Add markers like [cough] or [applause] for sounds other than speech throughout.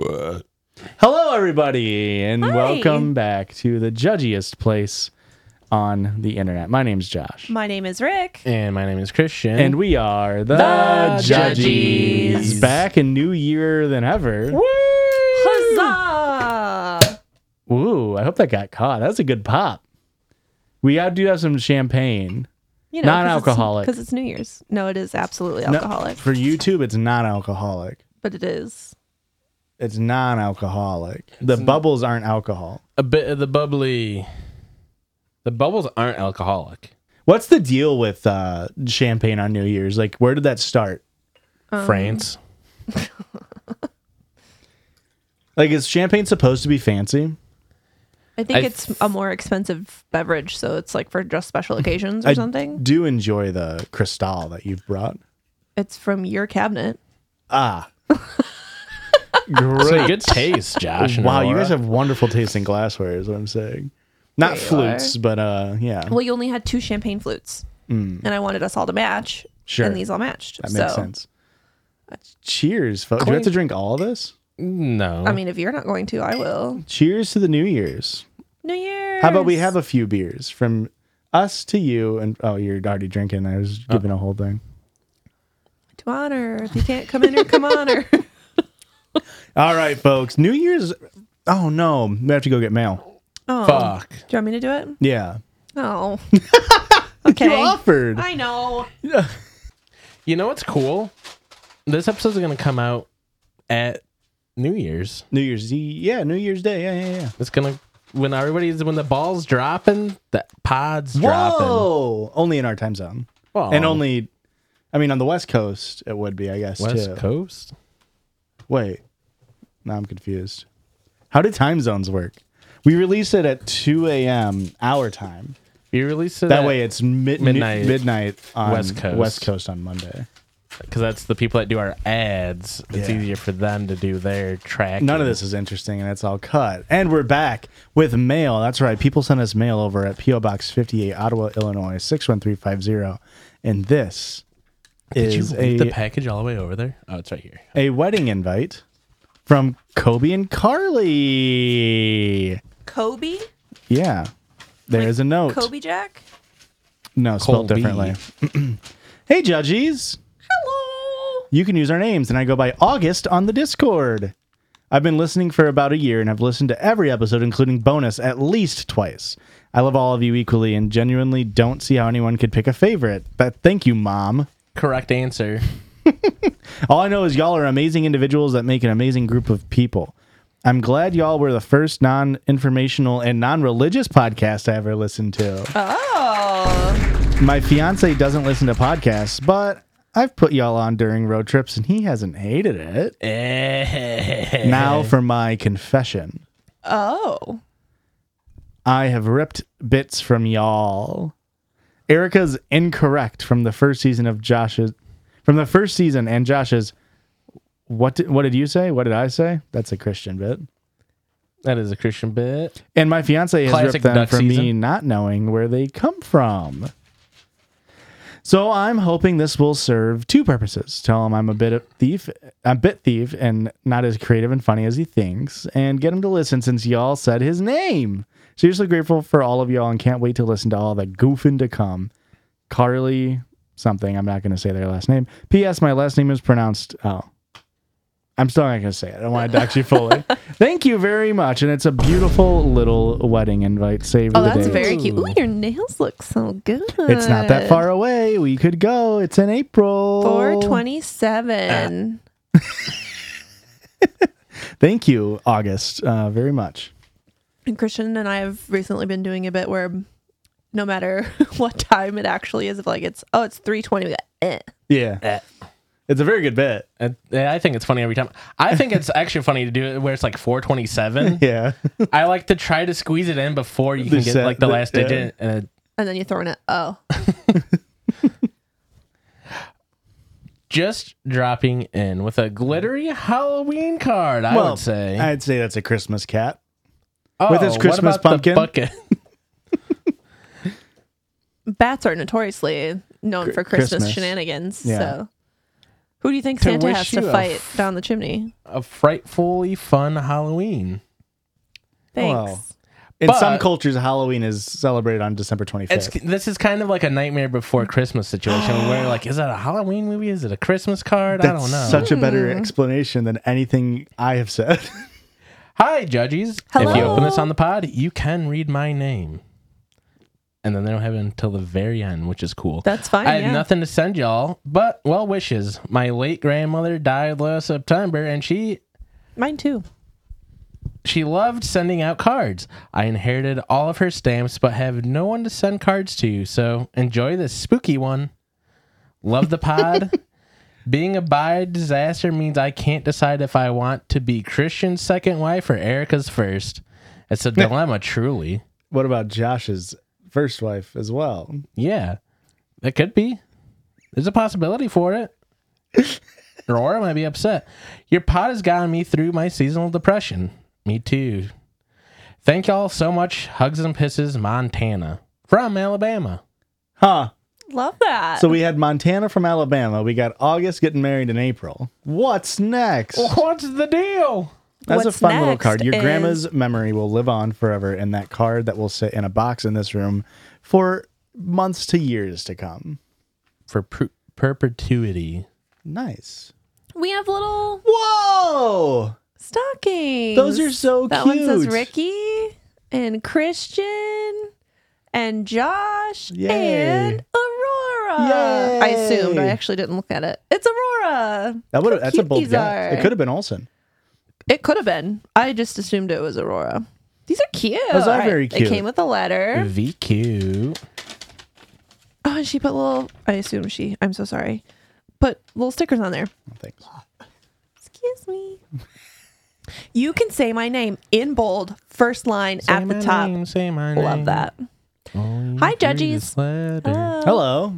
Hello, everybody, and welcome back to the judgiest place on the internet. My name's Josh, My name is Rick. And my name is Christian. and we are the, Judgies. Judgies. Back in new year than ever. Huzzah! Ooh, I hope that got caught. That was a good pop. We have- do have some champagne. You Non-alcoholic. Because it's, New Year's. No, it is absolutely No, alcoholic, for YouTube, it's not alcoholic. but it is. It's non-alcoholic. The bubbles aren't alcohol. a bit of the bubbly. The bubbles aren't alcoholic. What's the deal with uh, champagne on New Year's? Like, where did that start? Um, [laughs] France. Like, is champagne supposed to be fancy? I think I- it's a more expensive beverage, so it's like for just special occasions Mm-hmm. or I something. do enjoy the Cristal that you've brought. It's from your cabinet. Ah, Great. good taste, Josh. and wow, you guys Aurora. have wonderful tasting glassware, is what I'm saying. Not flutes, but uh, yeah, Well, you only had two champagne flutes, and I wanted us all to match. Mm. Sure. And these all matched. that makes so, sense. Cheers, folks. Do we have to drink all of this? No. I mean, if you're not going to, I will. Cheers to the New Year's. New Year's. How about we have a few beers from us to you? And oh, you're already drinking. I was giving a whole thing. to honor? If you can't come in or come [laughs] on her. All right, folks. New Year's. Oh no, we have to go get mail. Oh, [laughs] Fuck. do you want me to do it? Yeah, Oh. [laughs] okay. you offered. I know. You know what's cool? This episode's going to come out at New Year's. New Year's. Eve- Yeah, New Year's Day. Yeah, yeah, yeah. It's going to. When everybody's when the ball's dropping, the pods dropping. Whoa! Only in our time zone, Well, and only, I mean, on the West Coast it would be, I guess. West too. Coast. Wait, now I'm confused. How do time zones work? We release it at 2 a.m. our time. You release it That way, it's mid- midnight. midnight. Midnight on West Coast. West Coast on Monday. because that's the people that do our ads. It's Yeah. easier for them to do their track. None of this is interesting, and it's all cut. And we're back with mail. That's right. People send us mail over at PO Box 58, Ottawa, Illinois 61350. And this Did you is leave a the package all the way over there? Oh, it's right here. a wedding invite from Kobe and Carly. Kobe? Yeah. There is a note. Kobe Jack? No, spelled Colby. differently. [clears throat] hey, judges. Hello. You can use our names, and I go by August on the Discord. I've been listening for about a year and have listened to every episode, including bonus, at least twice. I love all of you equally and genuinely don't see how anyone could pick a favorite. But thank you, Mom. Correct [laughs] answer. All I know is y'all are amazing individuals that make an amazing group of people. I'm glad y'all were the first non informational and non religious podcast I ever listened to. Oh. My fiance doesn't listen to podcasts, but I've put y'all on during road trips and he hasn't hated it. Eh. Now for my confession. Oh. I have ripped bits from y'all. Erica's incorrect from the first season of Josh's from the first season and Josh's what did, what did you say? What did I say? That's a Christian bit. That is a Christian bit. And my fiance has Classic ripped them duck for me season. not knowing where they come from. So I'm hoping this will serve two purposes. Tell him I'm a bit of thief, a bit thief, and not as creative and funny as he thinks, and get him to listen since y'all said his name. Seriously grateful for all of y'all and can't wait to listen to all the goofing to come. Carly something, I'm not gonna say their last name. P.S. My last name is pronounced oh. I'm still not going to say it. I don't want to dox you [laughs] fully. Thank you very much. And it's a beautiful little wedding invite. Save Oh, the that's date. very cute. Ooh. Ooh, your nails look so good. It's not that far away. We could go. It's in April. 427. Thank you, August, uh, very much. And Christian and I have recently been doing a bit where no matter [laughs] what time it actually is, if like it's, oh, it's 320, we go, eh. Yeah. It's a very good bit. Uh, I think it's funny every time. I think [laughs] it's actually funny to do it where it's like [laughs] 427. [laughs] Yeah. I like to try to squeeze it in before you The can get set- like the the- last yeah. digit. And it- and then you throw in an oh. just dropping in with a glittery Halloween card, I would say. I'd say that's a Christmas cat. Oh, with his what Christmas about the pumpkin? bucket? [laughs] Bats are notoriously known Cr- for Christmas, Christmas. shenanigans. Yeah. So, who do you think To Santa wish has to you a fight f- down the chimney? a frightfully fun Halloween. Thanks. Well, In But- some cultures, Halloween is celebrated on December 25th. It's this is kind of like a nightmare before Christmas situation where like is that a Halloween movie? Is it a Christmas card? I that's don't know. such a better Hmm. explanation than anything I have said. [laughs] Hi, judges. If you Hello. open this on the pod, you can read my name. And then they don't have it until the very end, which is cool. That's fine, I yeah. have nothing to send y'all, but well wishes. My late grandmother died last September, and she Mine too. She loved sending out cards. I inherited all of her stamps, but have no one to send cards to, so enjoy this spooky one. Love the pod. Being a bi disaster means I can't decide if I want to be Christian's second wife or Erica's first. It's a dilemma, truly. what about Josh's first wife as well? Yeah, it could be. There's a possibility for [laughs] it. Aurora might be upset. Your pot has gotten me through my seasonal depression. Me too. Thank y'all so much. Hugs and pisses, Montana. From Alabama. Huh. Love that. So we had Montana from Alabama. We got August getting married in April. What's next? What's the deal? That's a Oh, What's fun little next card. Your is- grandma's memory will live on forever in that card that will sit in a box in this room for months to years to come. For per- perpetuity. Nice. we have little Whoa! stockings. Those are so That one says cute. Ricky and Christian and Josh Yay. and Aurora. I assumed. I Yay. actually didn't look at it. It's Aurora. That would How that's a cute bold these guess. It are. could have been Olsen. It could have been. I just assumed it was Aurora. These are cute. Those are All very They cute. came with a letter. VQ. Oh, and she put little. I assume she. I'm so sorry. Put little stickers on there. Thanks. Oh. Excuse me. [laughs] You can say my name in bold, first line Say at the my top. name, say my Love name. that. Only Hi, through judges. Oh. this letter. Hello.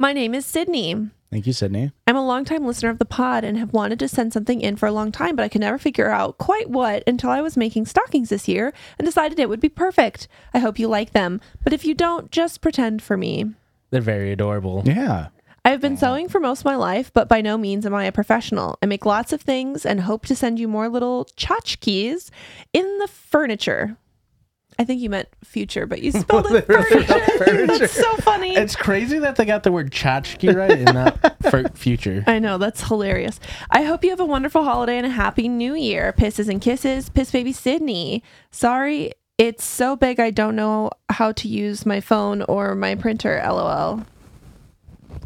My name is Sydney. Thank you, Sydney. I'm a longtime listener of the pod and have wanted to send something in for a long time, but I could never figure out quite what until I was making stockings this year and decided it would be perfect. I hope you like them, but if you don't, just pretend for me. They're [laughs] very adorable. Yeah. I have been sewing for most of my life, but by no means am I a professional. I make lots of things and hope to send you more little tchotchkes in the furniture. I think you meant future, but you spelled it furniture. That's so funny. It's crazy that they got the word tchotchke right and not [laughs] for future. I know, that's hilarious. I hope you have a wonderful holiday and a happy new year. Pisses and kisses, Piss Baby Sydney. Sorry, it's so big I don't know how to use my phone or my printer, lol.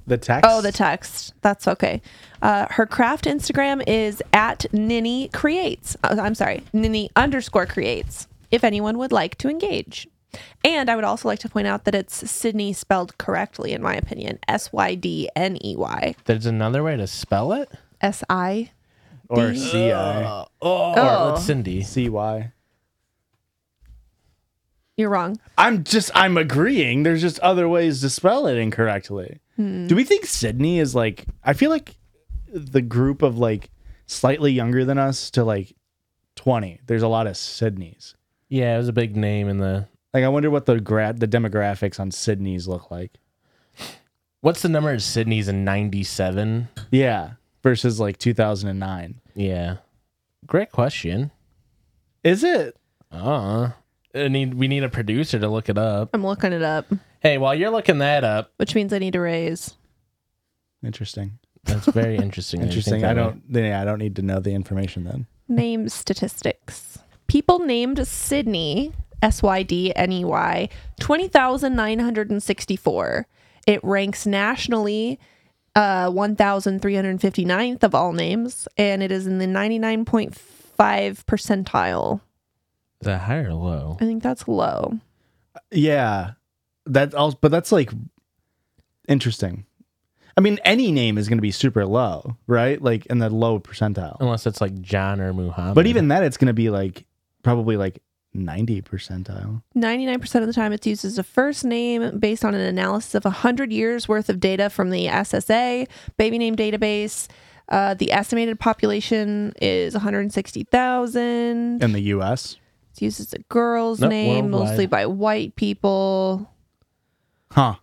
The text. Oh, the text. That's okay. Uh, her craft Instagram is at Ninny Creates. Uh, I'm sorry, Ninny underscore creates. If anyone would like to engage, And I would also like to point out that it's Sydney spelled correctly, in my opinion S Y D N E Y. There's another way to spell it. S I. Or C I Oh, it's Cindy. C Y. You're wrong. I'm just I'm agreeing. There's just other ways to spell it incorrectly. Do we think Sydney is like I feel like the group of like slightly younger than us to like 20. There's a lot of Sydneys. Yeah, it was a big name in the. Like I wonder what the gra- the demographics on Sydneys look like. What's the number of Sydney's in '97? Yeah, versus like 2009. Yeah, great question. Is it? Uh, I need we need a producer to look it up. I'm looking it up, Hey, while you're looking that up, which means I need to raise. Interesting. that's very [laughs] interesting. that you think Interesting. that I way. don't yeah, I don't need to know the information then. Name statistics. People named Sydney, S Y D N E Y, 20,964. It ranks nationally uh, 1,359th of all names, and it is in the 99.5 percentile. Is that high or low? I think that's low. Yeah. That also, but that's like interesting. I mean, any name is going to be super low, right? Like in the low percentile. Unless it's like John or Muhammad. But even that, it's going to be like probably like 90 percentile. 99% of the time it's used as a first name based on an analysis of 100 years worth of data from the SSA baby name database. Uh, the estimated population is 160,000. In the US. It's used as a girl's Nope, name, worldwide. mostly by white people. Huh.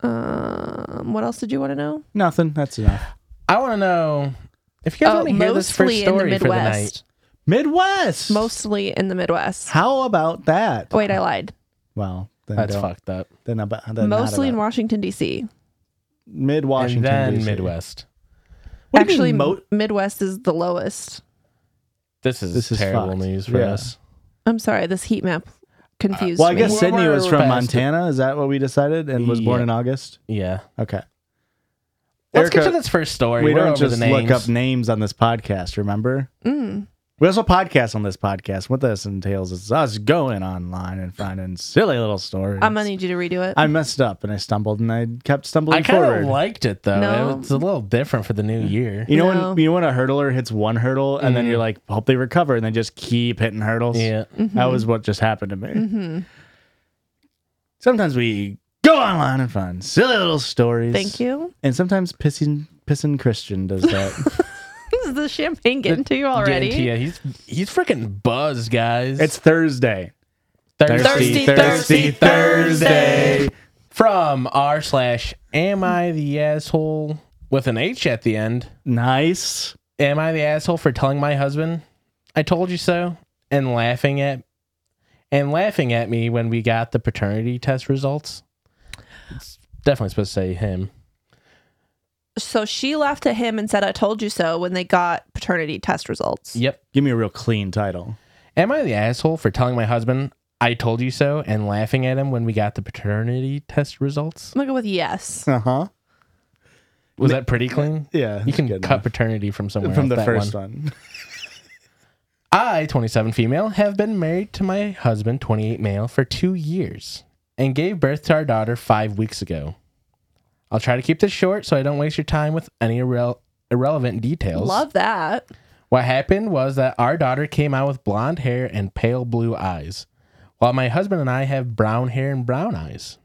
Um, what else did you want to know? Nothing. That's enough. I want to know if you guys want to hear this first Oh, mostly in the story for the night. Midwest. Midwest. Mostly in the Midwest. How about that? Wait, I lied. Well, then That's don't- fucked up. Then about, then not mostly in about- Washington, D.C. mid Washington. and then DC. Midwest. What do you mean Actually, mo- Midwest is the lowest. This is This is terrible fucked. news for Yeah. us. I'm sorry, this heat map confused well, I me. guess We're- Sydney was we're from past it. Montana. Is that what we decided? And was born Yeah. in August? Yeah. Okay. Let's get Erica, to this first story. we We're don't over just the names. look up names on this podcast, remember? Mm. We also podcast on this podcast. What this entails is us going online and finding silly little stories. I'm gonna need you to redo it. I messed up and I stumbled and I kept stumbling I kind forward. Mm-hmm. of liked it though. No. It's a little different for the new year. you know No. when you know when a hurdler hits one hurdle and then Mhm. you're like, hope they recover, and they just keep hitting hurdles. Yeah. Mm-hmm. That was what just happened to me. Sometimes we go online and find silly little stories. Thank you. And sometimes pissing pissing Christian does that. This is the champagne getting to you already. Getting to ya. He's he's freaking buzzed, [laughs] guys. it's Thursday. Thirsty Thursday. Thursday. from r slash am I the asshole with an H at the end. Nice. Am I the asshole for telling my husband I told you so and laughing at and laughing at me when we got the paternity test results? It's definitely supposed to say him. So she laughed at him and said, "I told you so." When they got paternity test results, Yep. Give me a real clean title. Am I the asshole for telling my husband I told you so and laughing at him when we got the paternity test results? I'm gonna go with yes. Uh huh. Was that pretty clean? Yeah, You can that's good cut enough. paternity from somewhere from else, the that first one. one. I, 27 female, have been married to my husband, 28 male, for two years and gave birth to our daughter five weeks ago. I'll try to keep this short so I don't waste your time with any irre- irrelevant details. Love that. What happened was that our daughter came out with blonde hair and pale blue eyes, while my husband and I have brown hair and brown eyes.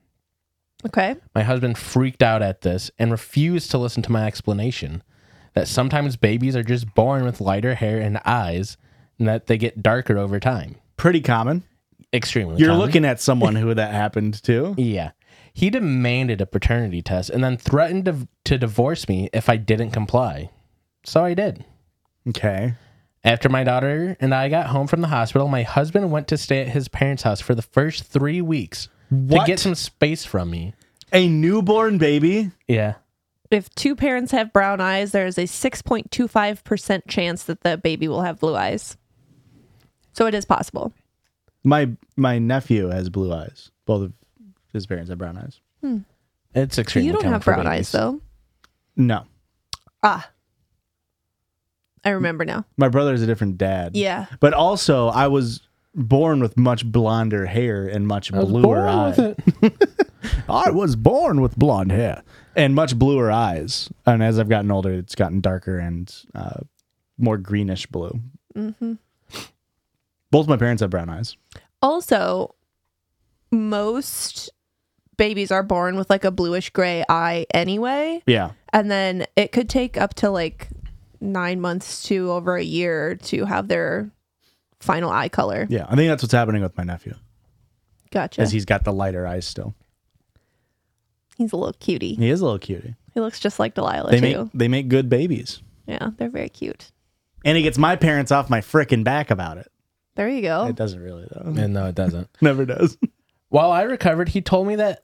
Okay. My husband freaked out at this and refused to listen to my explanation that sometimes babies are just born with lighter hair and eyes and that they get darker over time. Pretty common. Extremely. You're common. looking at [laughs] someone who that happened to. Yeah. He demanded a paternity test and then threatened to, to divorce me if I didn't comply. So I did. Okay. After my daughter and I got home from the hospital, my husband went to stay at his parents' house for the first three weeks What? to get some space from me. A newborn baby. Yeah. If two parents have brown eyes, there is a 6.25 percent chance that the baby will have blue eyes. So it is possible. My my nephew has blue eyes. Both of his parents have brown eyes. It's extremely you don't common have for brown eyes babies. though. No, Ah, I remember now. my brother's a different dad. Yeah. But also, I was born with much blonder hair and much I was bluer born eyes. with it. I was born with blonde hair and much bluer eyes. And as I've gotten older, it's gotten darker and uh, more greenish blue. Both my parents have brown eyes. Also, most babies are born with like a bluish gray eye anyway. Yeah. And then it could take up to like nine months to over a year to have their final eye color. Yeah. I think that's what's happening with my nephew, Gotcha. as he's got the lighter eyes still. He's a little cutie. He is a little cutie. He looks just like Delilah They too. make, they make good babies. Yeah, they're very cute. And he gets my parents off my frickin' back about it. There you go. It doesn't really, though. And no, it doesn't. [laughs] Never does. While I recovered, he told me that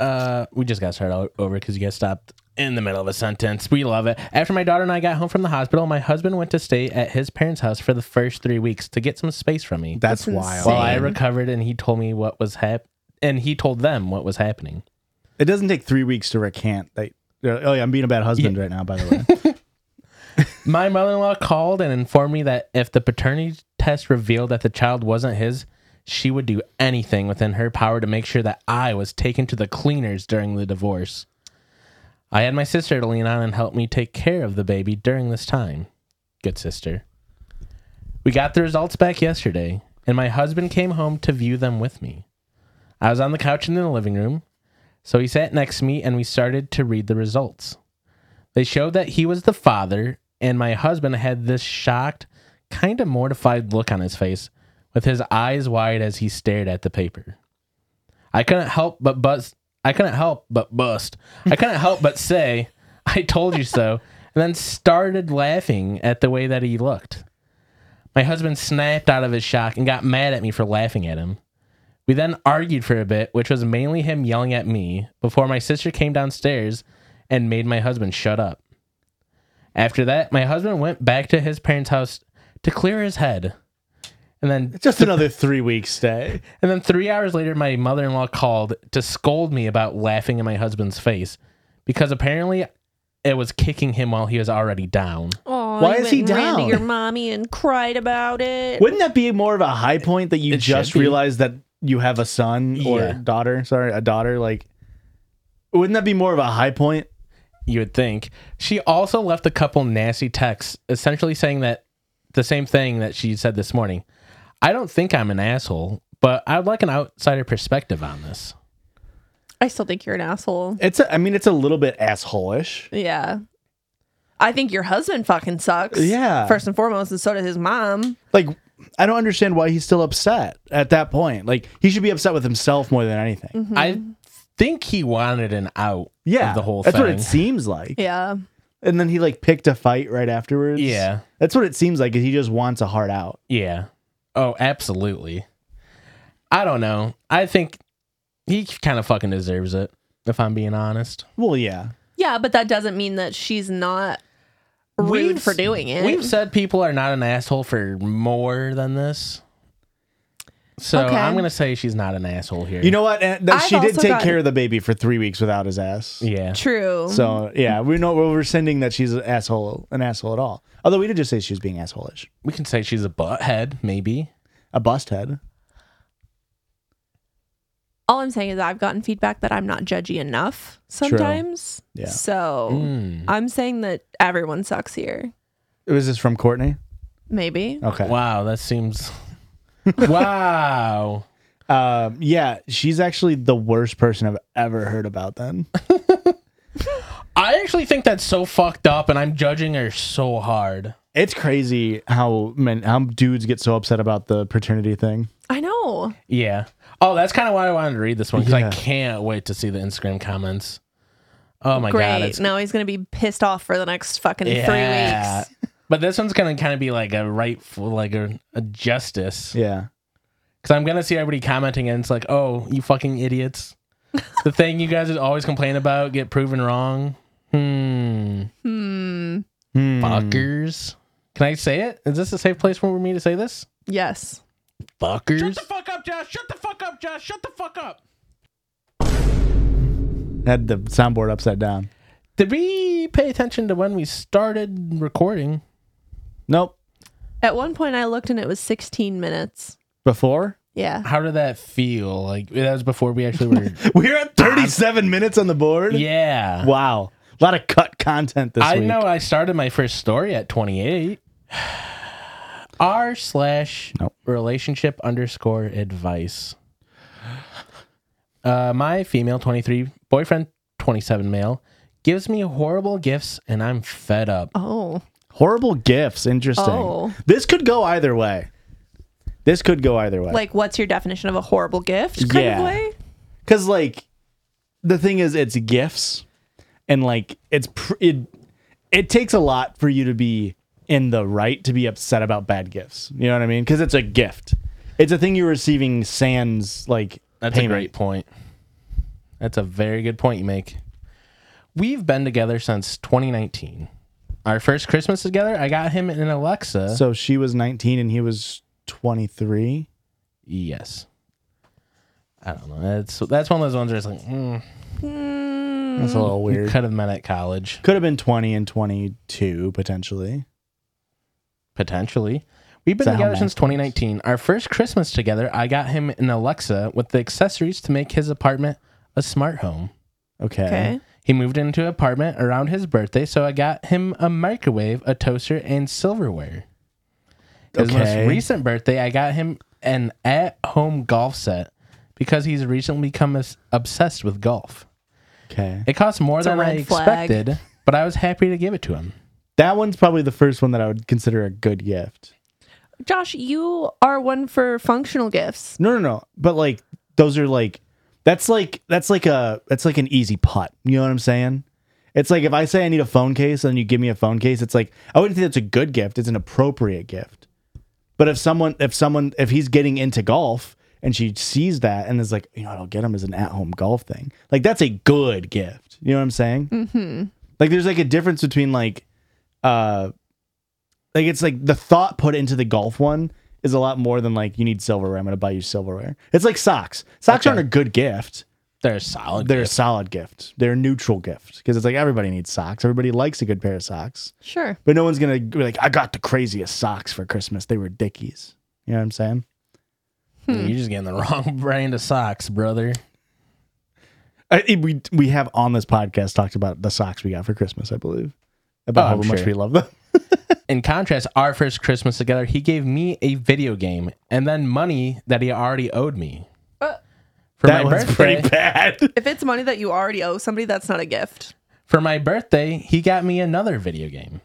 uh, we just got started all over because you guys stopped in the middle of a sentence. We love it. After my daughter and I got home from the hospital, my husband went to stay at his parents' house for the first three weeks to get some space from me. That's, That's wild. insane. While I recovered, and he told me what was hap, and he told them what was happening. It doesn't take three weeks to recant. They, oh, yeah, I'm being a bad husband right now, by [laughs] the way. My mother in law called and informed me that if the paternity test revealed that the child wasn't his, she would do anything within her power to make sure that I was taken to the cleaners during the divorce. I had my sister to lean on and help me take care of the baby during this time. Good sister. We got the results back yesterday, and my husband came home to view them with me. I was on the couch in the living room, so he sat next to me and we started to read the results. They showed that he was the father, and my husband had this shocked, kind of mortified look on his face, with his eyes wide as he stared at the paper. I couldn't help but bust. I couldn't help but bust. I couldn't help but say, [laughs] "I told you so," and then started laughing at the way that he looked. My husband snapped out of his shock and got mad at me for laughing at him. We then argued for a bit, which was mainly him yelling at me before my sister came downstairs and made my husband shut up. After that, my husband went back to his parents' house to clear his head. And then Just another three week stay. and then 3 hours later my mother-in-law called to scold me about laughing in my husband's face because apparently it was kicking him while he was already down. Oh, Why is he Ran down? to your mommy and cried about it. Wouldn't that be more of a high point that you It just should be. realized that you have a son or Yeah. daughter? Sorry, a daughter. Like, wouldn't that be more of a high point? you would think. She also left a couple nasty texts, essentially saying that the same thing that she said this morning. I don't think I'm an asshole, but I would like an outsider perspective on this. I still think you're an asshole. It's. A, I mean, it's a little bit assholeish. Yeah. I think your husband fucking sucks. Yeah. First and foremost, and so does his mom. Like, I don't understand why he's still upset at that point. Like, he should be upset with himself more than anything. I think he wanted an out Mm-hmm. Yeah, Mm-hmm. of the whole That's thing. what it seems like. Yeah. And then he like picked a fight right afterwards. Yeah. That's what it seems like. Is he just wants a heart out? yeah. Oh, absolutely. I don't know. I think he kind of fucking deserves it, if I'm being honest. Well, yeah. Yeah, but that doesn't mean that she's not rude We've- for doing it. We've said people are not an asshole for more than this. So Okay. I'm gonna say she's not an asshole here. You know what? And that, I've she did also take gotten- care of the baby for three weeks without his ass. yeah, True. So yeah, we know we're rescinding that she's an asshole, an asshole at all. Although we did just say she was being assholeish, we can say she's a butthead, maybe. a bust head. All I'm saying is I've gotten feedback that I'm not judgy enough sometimes. Yeah. So Mm. I'm saying that everyone sucks here. Was this from Courtney? Maybe. Okay. Wow, that [laughs] seems. wow. Um, yeah, she's actually the worst person I've ever heard about. Then [laughs] I actually think that's so fucked up, and I'm judging her so hard. it's crazy how men, how dudes get so upset about the paternity thing. I know. Yeah. Oh, that's kind of why I wanted to read this one because Yeah. I can't wait to see the Instagram comments. Oh my god, Great. it's now he's going to be pissed off for the next fucking three weeks. [laughs] But this one's gonna kind of be like a rightful, like a, a justice, Yeah. because I'm gonna see everybody commenting, and it's like, oh, you fucking idiots! [laughs] the thing you guys always complain about get proven wrong. Hmm, Hmm. Hmm. fuckers. Can I say it? Is this a safe place for me to say this? Yes. Fuckers. Shut the fuck up, Josh. Shut the fuck up, Josh. Shut the fuck up. Had the soundboard upside down. Did we pay attention to when we started recording? Nope. At one point, I looked and it was 16 minutes. before. Yeah. How did that feel? Like that was before we actually were. [laughs] We're at 37 minutes on the board. yeah. Ah. Wow. A lot of cut content this I week. know I started my first story at 28. R slash Nope. relationship underscore advice. Uh, my female 23, boyfriend 27 male, gives me horrible gifts and I'm fed up. Oh. Horrible gifts. Interesting. Oh. This could go either way. This could go either way. Like, what's your definition of a horrible gift kind Yeah. of way? Because like the thing is, it's gifts, and like it's pr- it it takes a lot for you to be in the right to be upset about bad gifts. You know what I mean? Because it's a gift. It's a thing you're receiving. Sans like That's payment. a great point. That's a very good point you make. We've been together since 2019. Our first Christmas together, I got him an Alexa. So she was 19 and he was 23. Yes. I don't know. That's that's one of those ones where it's like, mm, That's a Hmm. little you weird. could have met at college Could have been 20 and 22 potentially. potentially. We've been Is that how together math since works? 2019. Our first Christmas together, I got him an Alexa with the accessories to make his apartment a smart home. Okay. Okay. He moved into an apartment around his birthday, so I got him a microwave, a toaster, and silverware. His Okay. most recent birthday, I got him an at-home golf set because he's recently become obs- obsessed with golf. Okay. It cost more It's a than I red flag. expected, but I was happy to give it to him. That one's probably the first one that I would consider a good gift. Josh, you are one for functional gifts. No, no, no. But like those are like that's like that's like a that's like an easy putt. You know what I'm saying? It's like if I say I need a phone case and you give me a phone case, it's like I wouldn't think that's a good gift. It's an appropriate gift. But if someone if someone if he's getting into golf and she sees that and is like, you know what I'll get him is an at home golf thing. Like that's a good gift. You know what I'm saying? Mm-hmm. Like there's like a difference between like uh like it's like the thought put into the golf one is a lot more than like you need silverware. I'm gonna buy you silverware. It's like socks. Socks Okay. aren't a good gift. They're a solid. They're a gift. solid gift. They're a neutral gift because it's like everybody needs socks. Everybody likes a good pair of socks, Sure. but no one's gonna be like, "I got the craziest socks for Christmas. They were Dickies." You know what I'm saying? Hmm. You're just getting the wrong [laughs] brand of socks, brother. I, it- we we have on this podcast talked about the socks we got for Christmas, I believe, about Oh, how I'm much sure. we love them. In contrast, our first Christmas together, he gave me a video game and then money that he already owed me. [laughs] Uh. For that my was birthday, pretty bad. If it's money that you already owe somebody, that's not a gift. for my birthday, he got me another video game.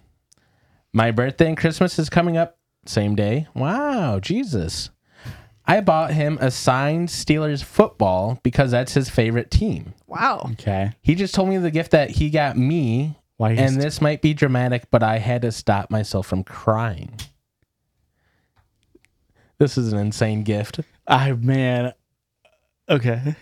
My birthday and Christmas is coming up same day. Wow, Jesus. I bought him a signed Steelers football because that's his favorite team. Wow. Okay, He just told me the gift that he got me. Why he's- and this might be dramatic, but I had to stop myself from crying. This is an insane gift. I Ah, man, okay.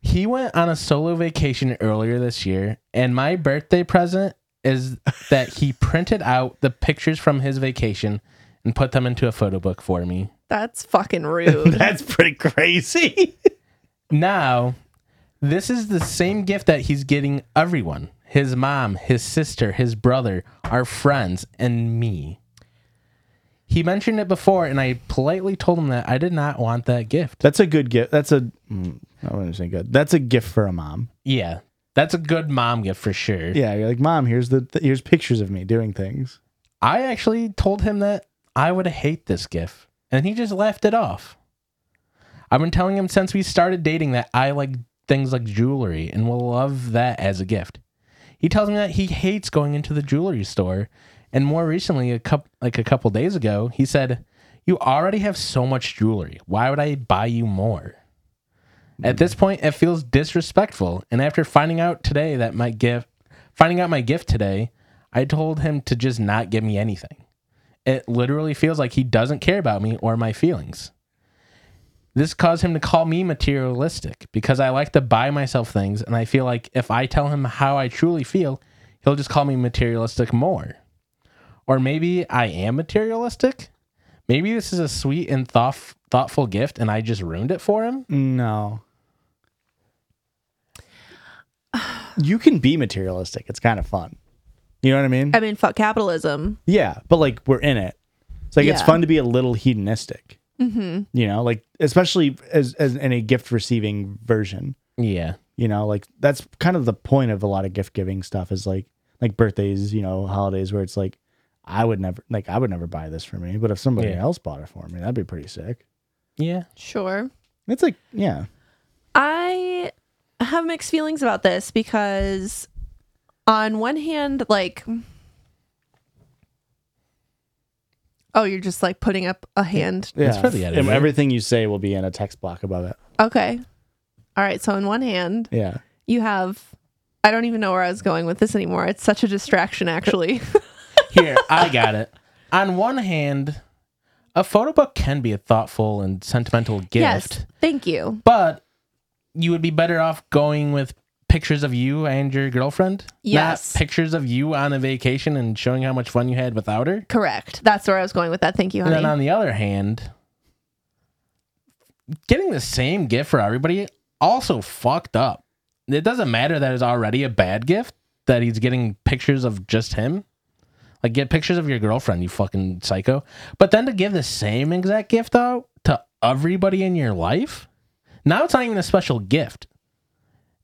He went on a solo vacation earlier this year, and my birthday present is that he printed out the pictures from his vacation and put them into a photo book for me. That's fucking [laughs] rude. That's pretty crazy. [laughs] Now, this is the same gift that he's getting everyone his mom, his sister, his brother, our friends, and me. He mentioned it before, and I politely told him that I did not want that gift. That's a good gift. That's a mm, I wouldn't say good. That's a gift for a mom. Yeah, that's a good mom gift for sure. Yeah, you're like mom. Here's the th- here's pictures of me doing things. I actually told him that I would hate this gift, and he just laughed it off. I've been telling him since we started dating that I like things like jewelry and will love that as a gift. He tells me that he hates going into the jewelry store, and more recently, a couple like a couple days ago, he said, "You already have so much jewelry. Why would I buy you more?" At this point, it feels disrespectful, and after finding out today that my gift, finding out my gift today, I told him to just not give me anything. It literally feels like he doesn't care about me or my feelings. This caused him to call me materialistic because I like to buy myself things, and I feel like if I tell him how I truly feel, he'll just call me materialistic more. Or maybe I am materialistic. Maybe this is a sweet and thoughtf- thoughtful gift, and I just ruined it for him. Mm. No. [sighs] You can be materialistic. It's kind of fun. You know what I mean? I mean, fuck capitalism. Yeah, but like we're in it. It's like it's Yeah. fun to be a little hedonistic. You know, like especially as, as in a gift receiving version. Yeah. You know, like that's kind of the point of a lot of gift giving stuff is like like birthdays, you know, holidays where it's like I would never like I would never buy this for me, but if somebody Yeah. else bought it for me, that'd be pretty sick. Yeah. Sure. It's like yeah. I have mixed feelings about this because, on one hand, like, oh, you're just like putting up a hand. Yeah. It's for the editor. And everything you say will be in a text block above it. Okay. All right. So, on one hand, Yeah. you have. I don't even know where I was going with this anymore. It's such a distraction, actually. Here, I got it. On one hand, a photo book can be a thoughtful and sentimental [laughs] gift, yes. Thank you. but you would be better off going with pictures of you and your girlfriend, Yes. not pictures of you on a vacation and showing how much fun you had without her. Correct. That's where I was going with that. Thank you, And honey. then on the other hand, getting the same gift for everybody also fucked up. It doesn't matter that it's already a bad gift that he's getting pictures of just him. Like get pictures of your girlfriend, you fucking psycho. But then to give the same exact gift out to everybody in your life, now it's not even a special gift.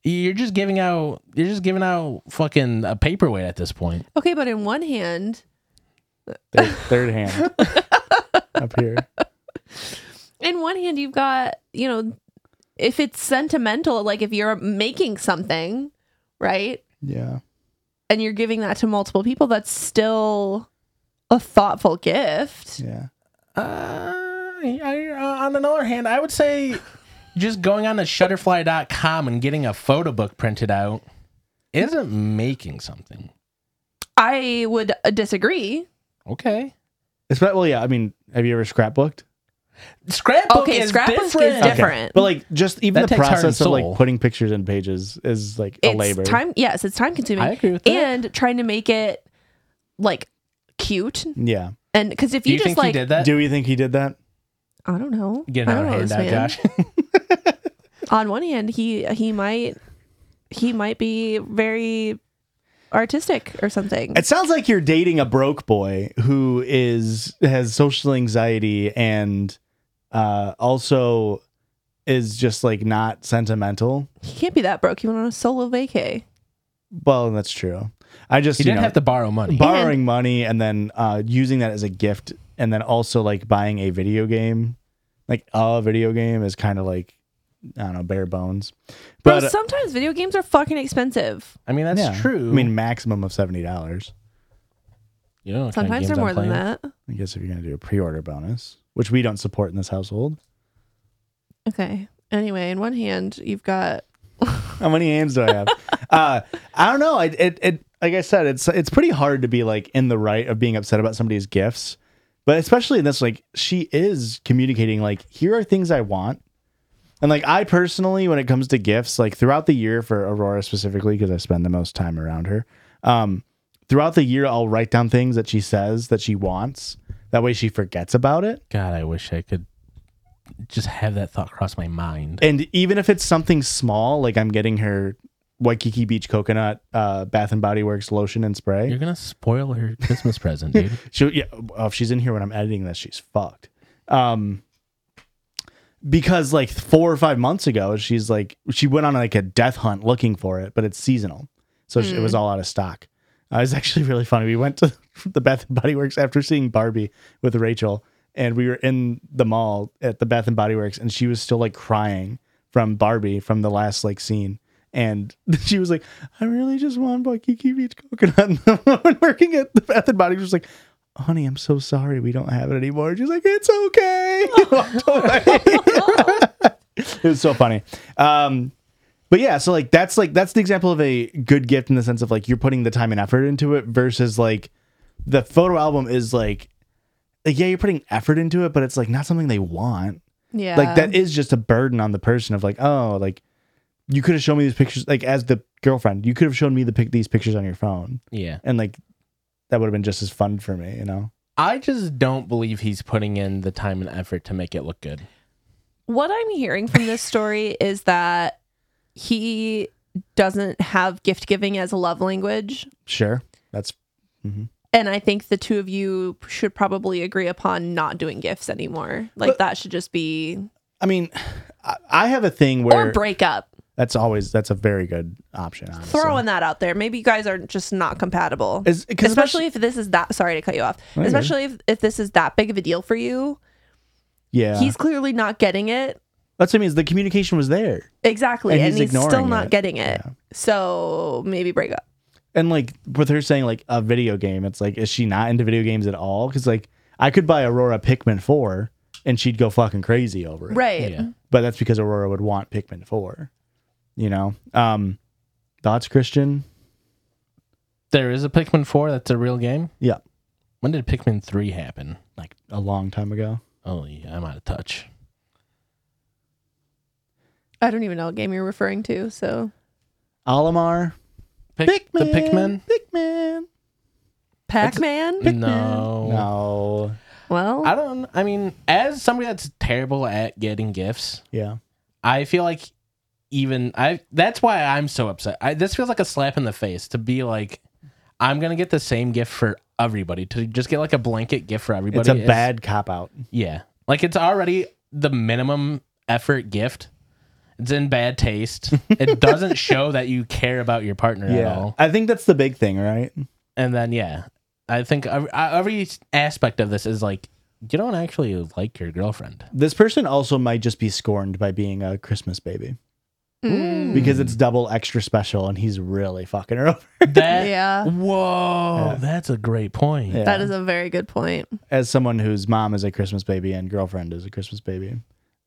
You're just giving out you're just giving out fucking a paperweight at this point. okay, but in one hand, Third, third hand [laughs] up here. in one hand you've got you know if it's sentimental like if you're making something right Yeah. and you're giving that to multiple people that's still a thoughtful gift Yeah. Uh, I, uh, on another hand, I would say just going on to shutterfly.com and getting a photo book printed out isn't making something. i would uh, disagree Okay. Especially, well, yeah. I mean, have you ever scrapbooked? Scrapbook Okay, is scrapbook is different. different. But like, just even That the takes heart process and of like soul. putting pictures in pages is like a it's labor. time yes it's time consuming I agree with that. and trying to make it like cute Yeah. and because if Do you, you just think like he did that? Do we think he did that? i don't know Getting I out don't of know hand this now, man. Josh. [laughs] on one hand he he might he might be very artistic or something It sounds like you're dating a broke boy who is has social anxiety and uh, also is just like not sentimental. He can't be that broke. He went on a solo vacay. Well, that's true. I just He you didn't know, have to borrow money. borrowing money and then uh, using that as a gift and then also like buying a video game like a video game is kind of like i don't know bare bones Bro, but uh, sometimes video games are fucking expensive. I mean, that's yeah. true. i mean maximum of $70 you know what kind of Sometimes games they're I'm more than playing? that. i guess if you're gonna do a pre-order bonus which we don't support in this household Okay. Anyway, in one hand, you've got how many hands do i have uh, i don't know I, it, it like i said it's it's pretty hard to be like in the right of being upset about somebody's gifts but especially in this like she is communicating like here are things i want And like I personally, when it comes to gifts, like throughout the year for Aurora specifically, because I spend the most time around her, um, throughout the year I'll write down things that she says that she wants. That way she forgets about it. God, I wish I could just have that thought cross my mind. And even if it's something small, like I'm getting her Waikiki Beach coconut uh, Bath and Body Works lotion and You're spray. going to spoil her Christmas present, dude. [laughs] She yeah, oh, if she's in here when I'm editing this, she's fucked. Um, because like four or five months ago, she's like she went on like a death hunt looking for it, but it's seasonal, so she- it was all out of stock. Uh, it was actually [laughs] really funny. We went to the Bath and Body Works after seeing Barbie with Rachel, and we were in the mall at the Bath and Body Works, and she was still like crying from Barbie from the last like scene. And [laughs] she was like, "I really just want Waikiki Beach coconut." And the [laughs] woman working at the Bath and Body Works was like, "Honey, I'm so sorry, we don't have it anymore." And she's like, "It's okay." [laughs] And walked away. [laughs] it was so funny. Um, but yeah, so like that's like that's the example of a good gift in the sense of like you're putting the time and effort into it versus like the photo album is like, like yeah, you're putting effort into it, but it's like not something they want. yeah. Like that is just a burden on the person of like, oh, like you could have shown me these pictures like as the girlfriend, you could have shown me the pic these pictures on your phone. yeah. And like that would have been just as fun for me, you know? I just don't believe he's putting in the time and effort to make it look good. What I'm hearing from this story is that he doesn't have gift giving as a love language Sure. That's And I think the two of you should probably agree upon not doing gifts anymore. Like But- that should just be I mean, I, I have a thing where or break up. that's always that's a very good option. Honestly. Throwing that out there. Maybe you guys are just not compatible. Is- 'cause especially, especially- Oh, if this is that sorry to cut you off. you're good. especially if, if this is that big of a deal for you. yeah, He's clearly not getting it. that's what I mean. Is the communication was there, Exactly. And And, he's he's, still ignoring not it. getting it. Yeah. So maybe break up. and like with her saying like a video game, it's like is she not into video games at all? Because like I could buy Aurora Pikmin four, and she'd go fucking crazy over it. Right. Yeah. but that's because Aurora would want Pikmin four. You know, um, thoughts, Christian? There is a Pikmin 4 that's a real game. Yeah, When did Pikmin 3 happen? like a long time ago. Oh, yeah, I'm out of touch. I don't even know what game you're referring to. So Alamar, Pik- The Pikmin? Pikmin. Pac Man? No. No. Well, I don't, I mean, as somebody that's terrible at getting gifts, Yeah. I feel like even I that's why I'm so upset. I, this feels like a slap in the face to be like I'm going to get the same gift for everybody to just get like a blanket gift for everybody. It's a is- bad cop out. Yeah. Like it's already the minimum effort gift. It's in bad taste. [laughs] It doesn't show that you care about your partner at all. I think that's the big thing, right? And then yeah, I think every, every aspect of this is like you don't actually like your [laughs] girlfriend. This person also might just be scorned by being a Christmas baby mm, because it's double extra special and he's really fucking her [laughs] over. That Yeah. Whoa, Yeah. that's a great point. Yeah. that is a very good point. As someone whose mom is a Christmas baby and girlfriend is a Christmas baby,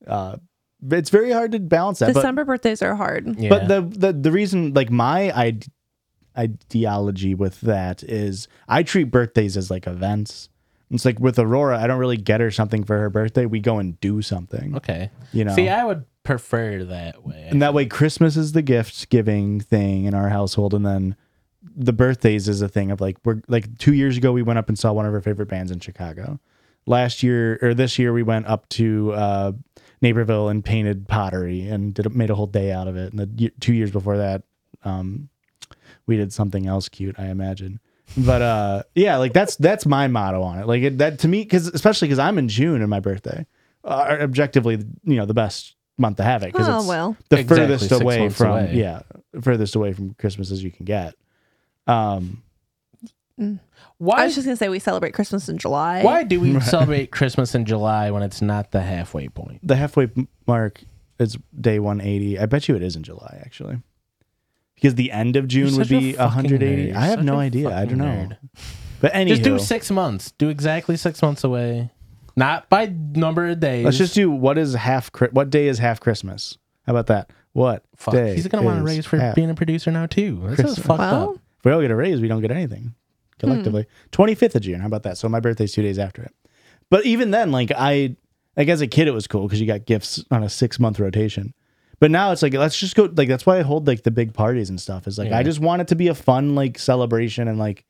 uh, but it's very hard to balance that. December birthdays are hard. Yeah. But, but the, the the reason, like my ide- ideology with that is, I treat birthdays as like events. It's like with Aurora, I don't really get her something for her birthday. We go and do something. Okay. You know? See, I would prefer that way. And that way, Christmas is the gift giving thing in our household, and then the birthdays is a thing of like we're like two years ago we went up and saw one of our favorite bands in Chicago. Last year or this year we went up to uh, Naperville and painted pottery and did made a whole day out of it. And the year, two years before that, um, we did something else cute, I imagine. But uh, yeah, like that's that's my motto on it. Like it, that to me, because especially because I'm in June and my birthday, uh, objectively, you know, the best month to have it because Oh, it's well. the Exactly, furthest six away months from away. yeah, furthest away from Christmas as you can get. Um, I why was just going to say we celebrate Christmas in July. why do [laughs] we celebrate Christmas in July when it's not the halfway point? the halfway m- mark is day 180. I bet you it is in July actually. Because the end of June would such a be fucking 180. nerd. I have Such no a idea. I don't fucking know. nerd. But anyway, Just do six months. Do exactly six months away. Not by number of days. Let's just do what is half. Chri- What day is half Christmas? How about that? What Fuck. day? He's gonna want is to raise for half- being a producer now too. This is Christmas. fucked Well, up. If we all get a raise, we don't get anything collectively. Twenty fifth of June. How about that? So my birthday's two days after it. But even then, like I, like as a kid, it was cool because you got gifts on a six month rotation. But now it's like let's just go. Like that's why I hold like the big parties and stuff. Is like I Yeah. just want it to be a fun like celebration and like,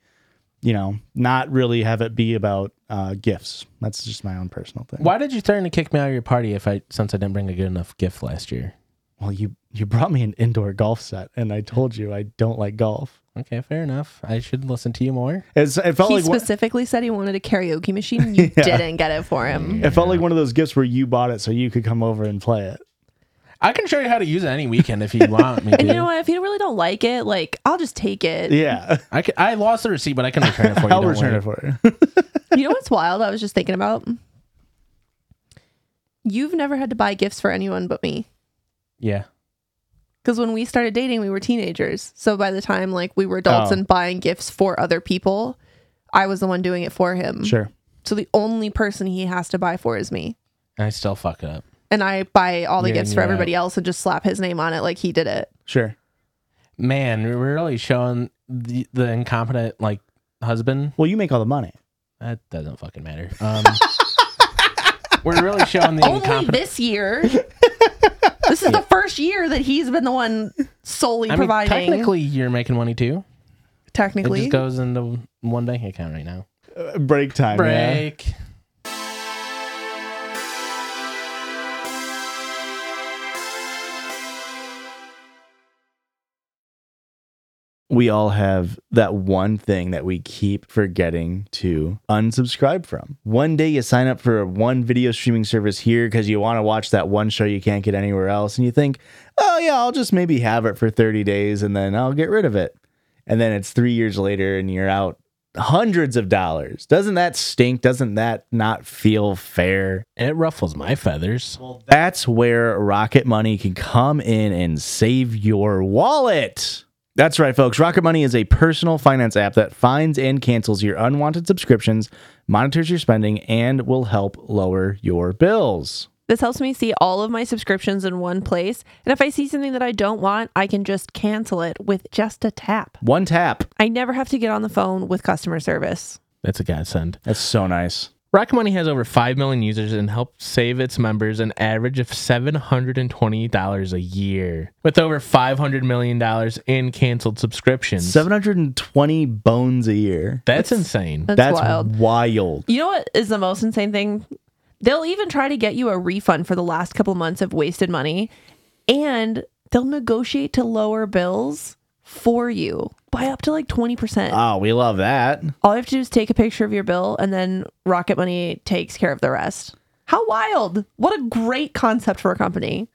you know, not really have it be about uh gifts. That's just my own personal thing. Why did you threaten to kick me out of your party if I since I didn't bring a good enough gift last year? Well, you you brought me an indoor golf set, and I told you I don't like golf. Okay, fair enough. I should listen to you more. It's, it felt He like one- specifically said he wanted a karaoke machine. [laughs] You didn't get it for him. it felt like one of those gifts where you bought it so you could come over and play it. I can show you how to use it any weekend if you [laughs] want me to. And you know what? If you really don't like it, like I'll just take it. Yeah, I, can, I lost the receipt, but I can return it for you. [laughs] I'll don't return worry. it for you. You know what's wild? I was just thinking about. You've never had to buy gifts for anyone but me. Yeah. Because when we started dating, we were teenagers. So by the time like we were adults Oh. and buying gifts for other people, I was the one doing it for him. sure. So the only person he has to buy for is me. And I still fuck it up. And I buy all the Yeah, gifts and for you're everybody else and just slap his name on it like he did it. Sure. Man, we're really showing the, the incompetent like husband. Well, you make all the money. That doesn't fucking matter. [laughs] Um, we're really showing the Only incompetent. this [laughs] year. this is the first year that he's been the one solely I mean, providing. technically, you're making money too. It technically. just goes into one bank account right now. Uh, break time. yeah. Break. we all have that one thing that we keep forgetting to unsubscribe from. One day you sign up for one video streaming service here because you want to watch that one show you can't get anywhere else, and you think, oh, yeah, I'll just maybe have it for 30 days and then I'll get rid of it. And then it's three years later and you're out hundreds of dollars. Doesn't that stink? Doesn't that not feel fair? It ruffles my feathers. That's where Rocket Money can come in and save your wallet. That's right, folks. Rocket Money is a personal finance app that finds and cancels your unwanted subscriptions, monitors your spending, and will help lower your bills. This helps me see all of my subscriptions in one place. And if I see something that I don't want, I can just cancel it with just a tap. One tap. I never have to get on the phone with customer service. That's a godsend. That's so nice. Rocket Money has over 5 million users and helps save its members an average of $720 a year, with over $500 million in canceled subscriptions. 720 bones a year. That's insane. That's, That's wild. wild. You know what is the most insane thing? They'll even try to get you a refund for the last couple months of wasted money and they'll negotiate to lower bills for you by up to like 20%. Oh, we love that. All you have to do is take a picture of your bill and then Rocket Money takes care of the rest. How wild! What a great concept for a company.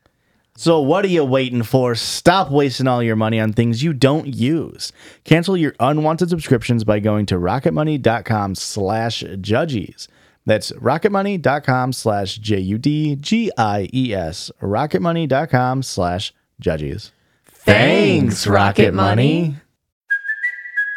So, what are you waiting for? Stop wasting all your money on things you don't use. Cancel your unwanted subscriptions by going to rocketmoney.com slash judgies. That's rocketmoney.com slash J U D G I E S. Rocketmoney.com slash judgies. Thanks, Rocket Money.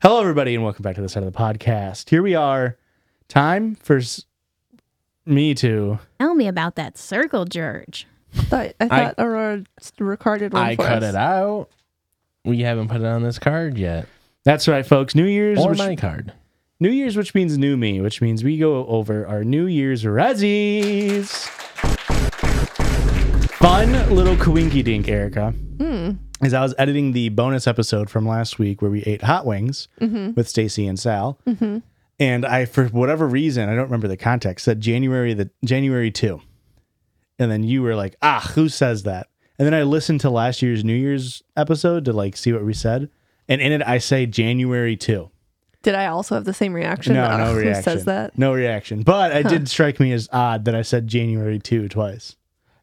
Hello, everybody, and welcome back to the side of the podcast. Here we are. Time for s- me to. Tell me about that circle George. Thought, I thought Aurora recorded one I for cut us. it out. We haven't put it on this card yet. That's right, folks. New Year's. Or which- my card. New Year's, which means new me, which means we go over our New Year's Razzies. Fun little coinky dink, Erica. As I was editing the bonus episode from last week where we ate hot wings with Stacy and Sal, and I, for whatever reason, I don't remember the context, said January the January two, and then you were like, "Ah, who says that?" And then I listened to last year's New Year's episode to like see what we said, and in it I say January two. Did I also have the same reaction? No, Ugh, [laughs] no reaction. Who says that? No reaction. But it did strike me as odd that I said January 2 twice.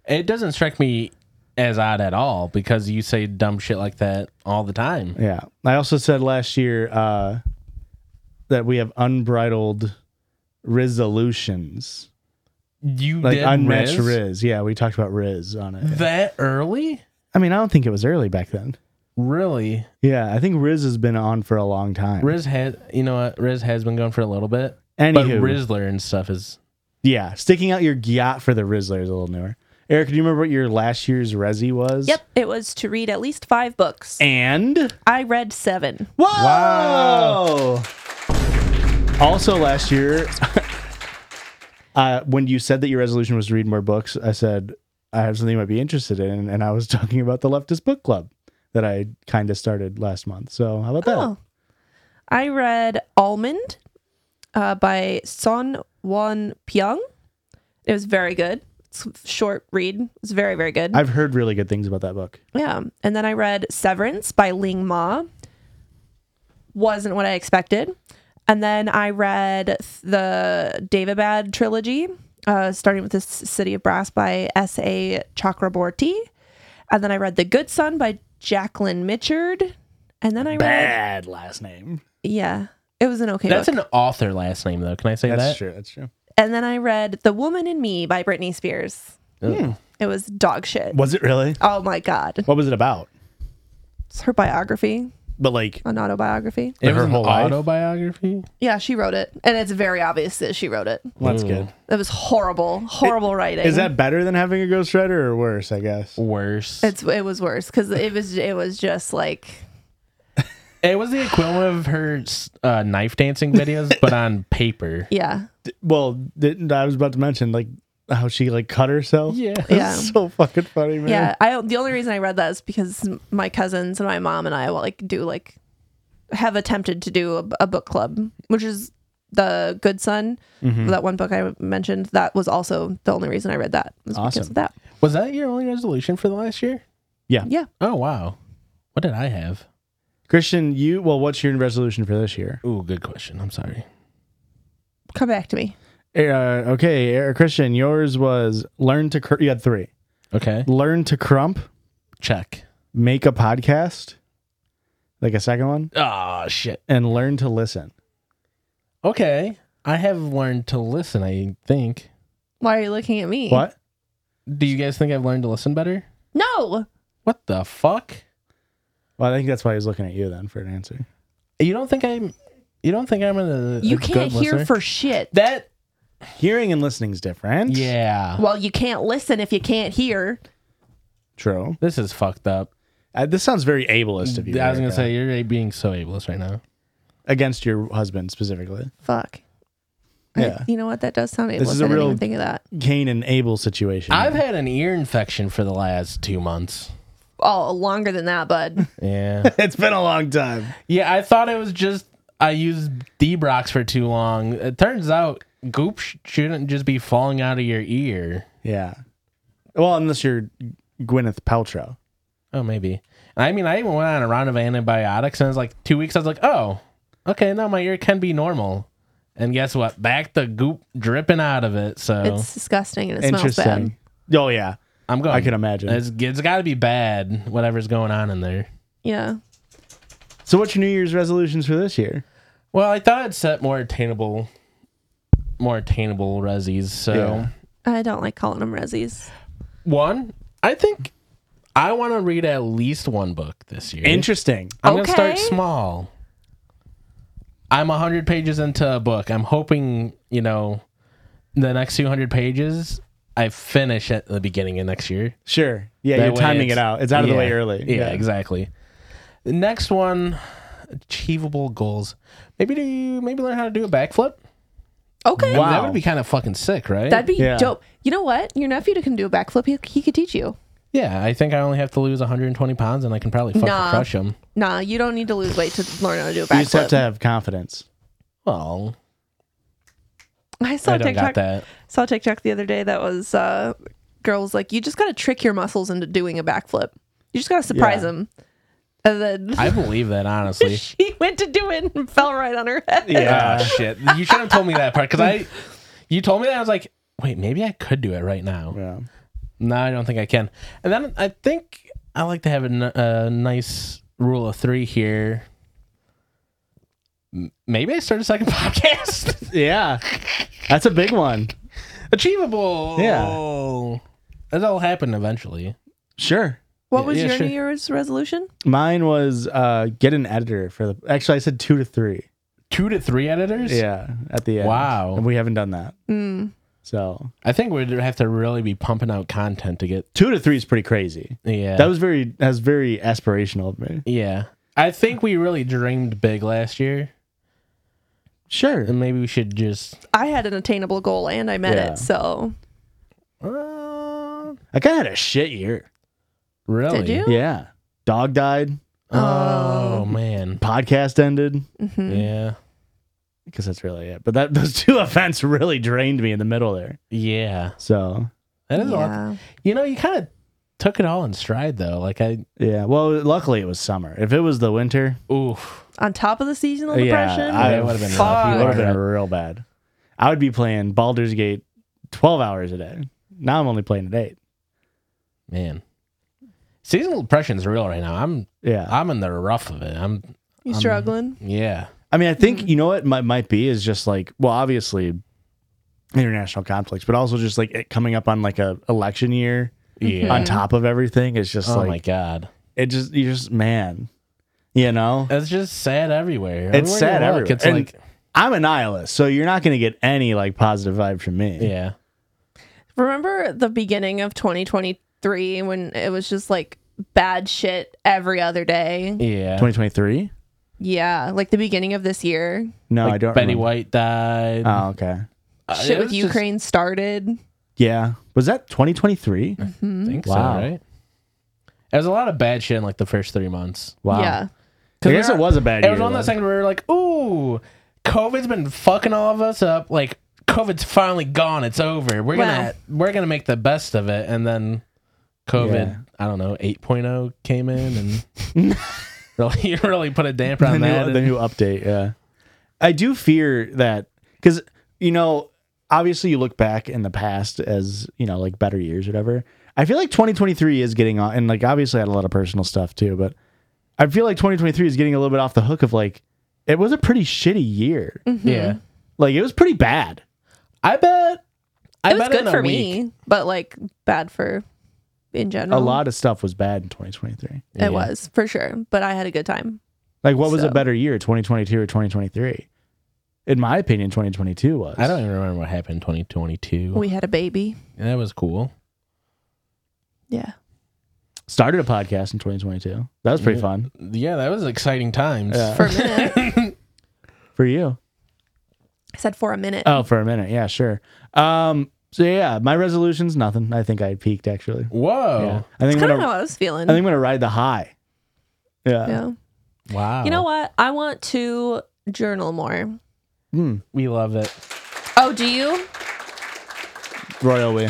It doesn't strike me as odd at all because you say dumb shit like that all the time. Yeah. I also said last year uh, that we have unbridled resolutions. You Like did unmatched Riz Riz. Yeah, we talked about Riz on it. that early? I mean, I don't think it was early back then. Really? Yeah, I think Riz has been on for a long time. Riz has, you know what? Riz has been going for a little bit. But Anywho, Rizzler and stuff is. yeah, sticking out your yacht for the Rizzler is a little newer. Eric, do you remember what your last year's Rezzy was? Yep, it was to read at least five books. And I read seven. Whoa! Also, last year, [laughs] uh, when you said that your resolution was to read more books, I said I have something you might be interested in, and I was [laughs] talking about the Leftist Book Club that I kind of started last month. So how about that? Oh. I read Almond uh, by Son Won Pyong. It was very good. It's a short read. It was very, very good. I've heard really good things about that book. yeah. And then I read Severance by Ling Ma. Wasn't what I expected. And then I read th- the Devabad trilogy, uh, starting with The S- City of Brass by S.A. Chakraborty. And then I read The Good Son by Jacqueline Mitchard. And then I read Bad last name. yeah. It was an okay That's book. an author last name, though. Can I say That's that? true. That's true. and then I read The Woman in Me by Britney Spears. Ugh. It was dog shit. Was it really? Oh my god. What was it about? It's her biography, But like, an autobiography. It Her was an whole life? autobiography. Yeah, she wrote it. And it's very obvious that she wrote it. well, that's Ooh. good. It was horrible, horrible writing. Is that better than having a ghostwriter or worse? I guess. Worse. It's it was worse because it was it was just like it was the equivalent of her uh, knife dancing videos, [laughs] but on paper. yeah Well, didn't I was about to mention like how she like cut herself. [laughs] Yeah. Yeah. so fucking funny, man. yeah. I the only reason I read that is because my cousins and my mom and I will like do like have attempted to do a, a book club, which is the Good Son. That one book I mentioned that was also the only reason I read that was because Awesome. of that. Was that your only resolution for the last year? Yeah, Oh wow. What did I have? Christian, you well, what's your resolution for this year? Ooh, good question. I'm sorry. come back to me. Uh, okay, uh, Christian, yours was learn to. Cr- you had three. Okay. Learn to crump. Check. Make a podcast, like a second one, Ah shit. and learn to listen. Okay. I have learned to listen, I think. Why are you looking at me? What? Do you guys think I've learned to listen better? No, What the fuck? Well, I think that's why he's looking at you then for an answer. You don't think I'm you don't think I'm a you a can't good hear listener? for shit. that Hearing and listening is different. Yeah. Well, you can't listen if you can't hear. True. This is fucked up. Uh, this sounds very ableist of you. I was gonna Erica. say you're being so ableist right now. against your husband specifically. Fuck. I- Yeah. you know what? That does sound ableist. This is a I didn't real- even think of that. Cain and Abel situation. I've had an ear infection for the last two months. Oh, longer than [laughs] that, bud. Yeah. [laughs] it's been a long time. [laughs] yeah, I thought it was just I used Debrox for too long. It turns out goop sh- shouldn't just be falling out of your ear. Yeah. Well, unless you're Gwyneth Paltrow. Oh, maybe. I mean, I even went on a round of antibiotics, and I was like, two weeks. I was like, oh, okay, now my ear can be normal. And guess what? Back the goop dripping out of it. So It's disgusting and it smells bad. Oh. Interesting. Oh yeah, I'm going. I can imagine. It's, it's got to be bad. Whatever's going on in there. Yeah. so, what's your New Year's resolutions for this year? Well, I thought I'd set more attainable, more attainable resis. So. Yeah. I don't like calling them resis. One, I think I want to read at least one book this year. Interesting. I'm going to start Okay. small. I'm 100 pages into a book. I'm hoping, you know, the next 200 pages I finish at the beginning of next year. Sure. Yeah, That you're way timing it out. It's out of the way yeah, early. Yeah, exactly. The next one, achievable goals. Maybe do maybe learn how to do a backflip. Okay. Wow. That would be kind of fucking sick, right? That'd be Yeah. dope. You know what? Your nephew can do a backflip. He, he could teach you. yeah, I think I only have to lose 120 pounds and I can probably fucking Nah. crush them. Nah, you don't need to lose weight to learn how to do a You just have backflip. to have confidence. Well, I saw I a don't TikTok. got that. Saw a TikTok the other day that was uh, girls like you just got to trick your muscles into doing a backflip. You just got to surprise Yeah. them. And then [laughs] I believe that honestly. she went to do it and fell right on her head. Ah, shit. You should have told me that part because I, you told me that I was like, wait, maybe I could do it right now. Yeah. No, I don't think I can. And then I think I like to have a, n- a nice rule of three here. M- Maybe I start a second [laughs] podcast. [laughs] Yeah. That's a big one. Achievable. Yeah. That'll happen eventually. Sure. What Yeah, was yeah, your sure. New Year's resolution? Mine was uh, get an editor for the. Actually, I said two to three. Two to three editors. Yeah, at the end. Wow. And we haven't done that. Mm. So I think we'd have to really be pumping out content to get. two to three is pretty crazy. Yeah. That was very that was very aspirational of me. Yeah. I think we really dreamed big last year, Sure. and maybe we should just I had an attainable goal and I met Yeah. it. So Uh, I kind of had a shit year. really? Did you? Yeah. Dog died. Oh, [laughs] man. Podcast ended. Hmm. Yeah. Because that's really it. But that [laughs] those two events really drained me in the middle there. Yeah. So That is a lot. yeah. You know, you kind of took it all in stride though. Like I yeah. Well, luckily it was summer. If it was the winter, oof. on top of the seasonal yeah, depression. I Yeah, it would would've have been been rough. You would have would've- been real bad. I would be playing Baldur's Gate twelve hours a day. Now I'm only playing at eight. Man. Seasonal depression's real right now. I'm Yeah. I'm in the rough of it. I'm um, you struggling? yeah. I mean, I think you know what might might be is just like well, obviously international conflicts, but also just like it coming up on like a election year Yeah. on top of everything. It's just oh like my god. it just you just man, you know. It's just sad everywhere. It's Everywhere sad. you Everywhere. look, It's And like I'm a nihilist, so you're not going to get any like positive vibe from me. yeah. Remember the beginning of 2023 when it was just like bad shit every other day? Yeah. 2023? Yeah, like the beginning of this year. No, Like I don't. Betty remember. White died. Oh, okay. Uh, it Shit with was just- Ukraine started. Yeah. Was that 2023? I think Wow. so, right? It was a lot of bad shit in like the first three months. Wow. Yeah. I guess there it are- was a bad It year. was one of those though. things where we were like, ooh, COVID's been fucking all of us up. Like COVID's finally gone. It's over. We're gonna we're gonna make the best of it. And then COVID, Yeah. I don't know, 8.0 came in and [laughs] really, [laughs] really put a damper the on that. new, the new update. Yeah, I do fear that because you know, obviously, you look back in the past as you know, like better years, or whatever. I feel like 2023 is getting on, and like obviously, I had a lot of personal stuff too, but I feel like 2023 is getting a little bit off the hook of like it was a pretty shitty year. Mm-hmm. yeah. Like it was pretty bad. I bet. I it was bet in good a for week- me, but like bad for in general. A lot of stuff was bad in 2023. It Yeah. was for sure, but I had a good time. Like, what was So- a better year, 2022 or 2023? In my opinion, 2022 was. I don't even remember what happened in 2022. We had a baby. that was cool. [laughs] Yeah. started a podcast in 2022. That was pretty fun Yeah, that was exciting times. Yeah. For a minute. for you. I said for a minute. Oh, for a minute. Yeah, sure. Um, so yeah, my resolution's nothing. I think I peaked actually. Yeah. Whoa. I think That's I'm kind of gonna, how I I was feeling. think I'm gonna ride the high. Yeah. yeah. Wow. Oh. You know what? I want to journal more. Hmm. We love it. Oh, do you? Royal we.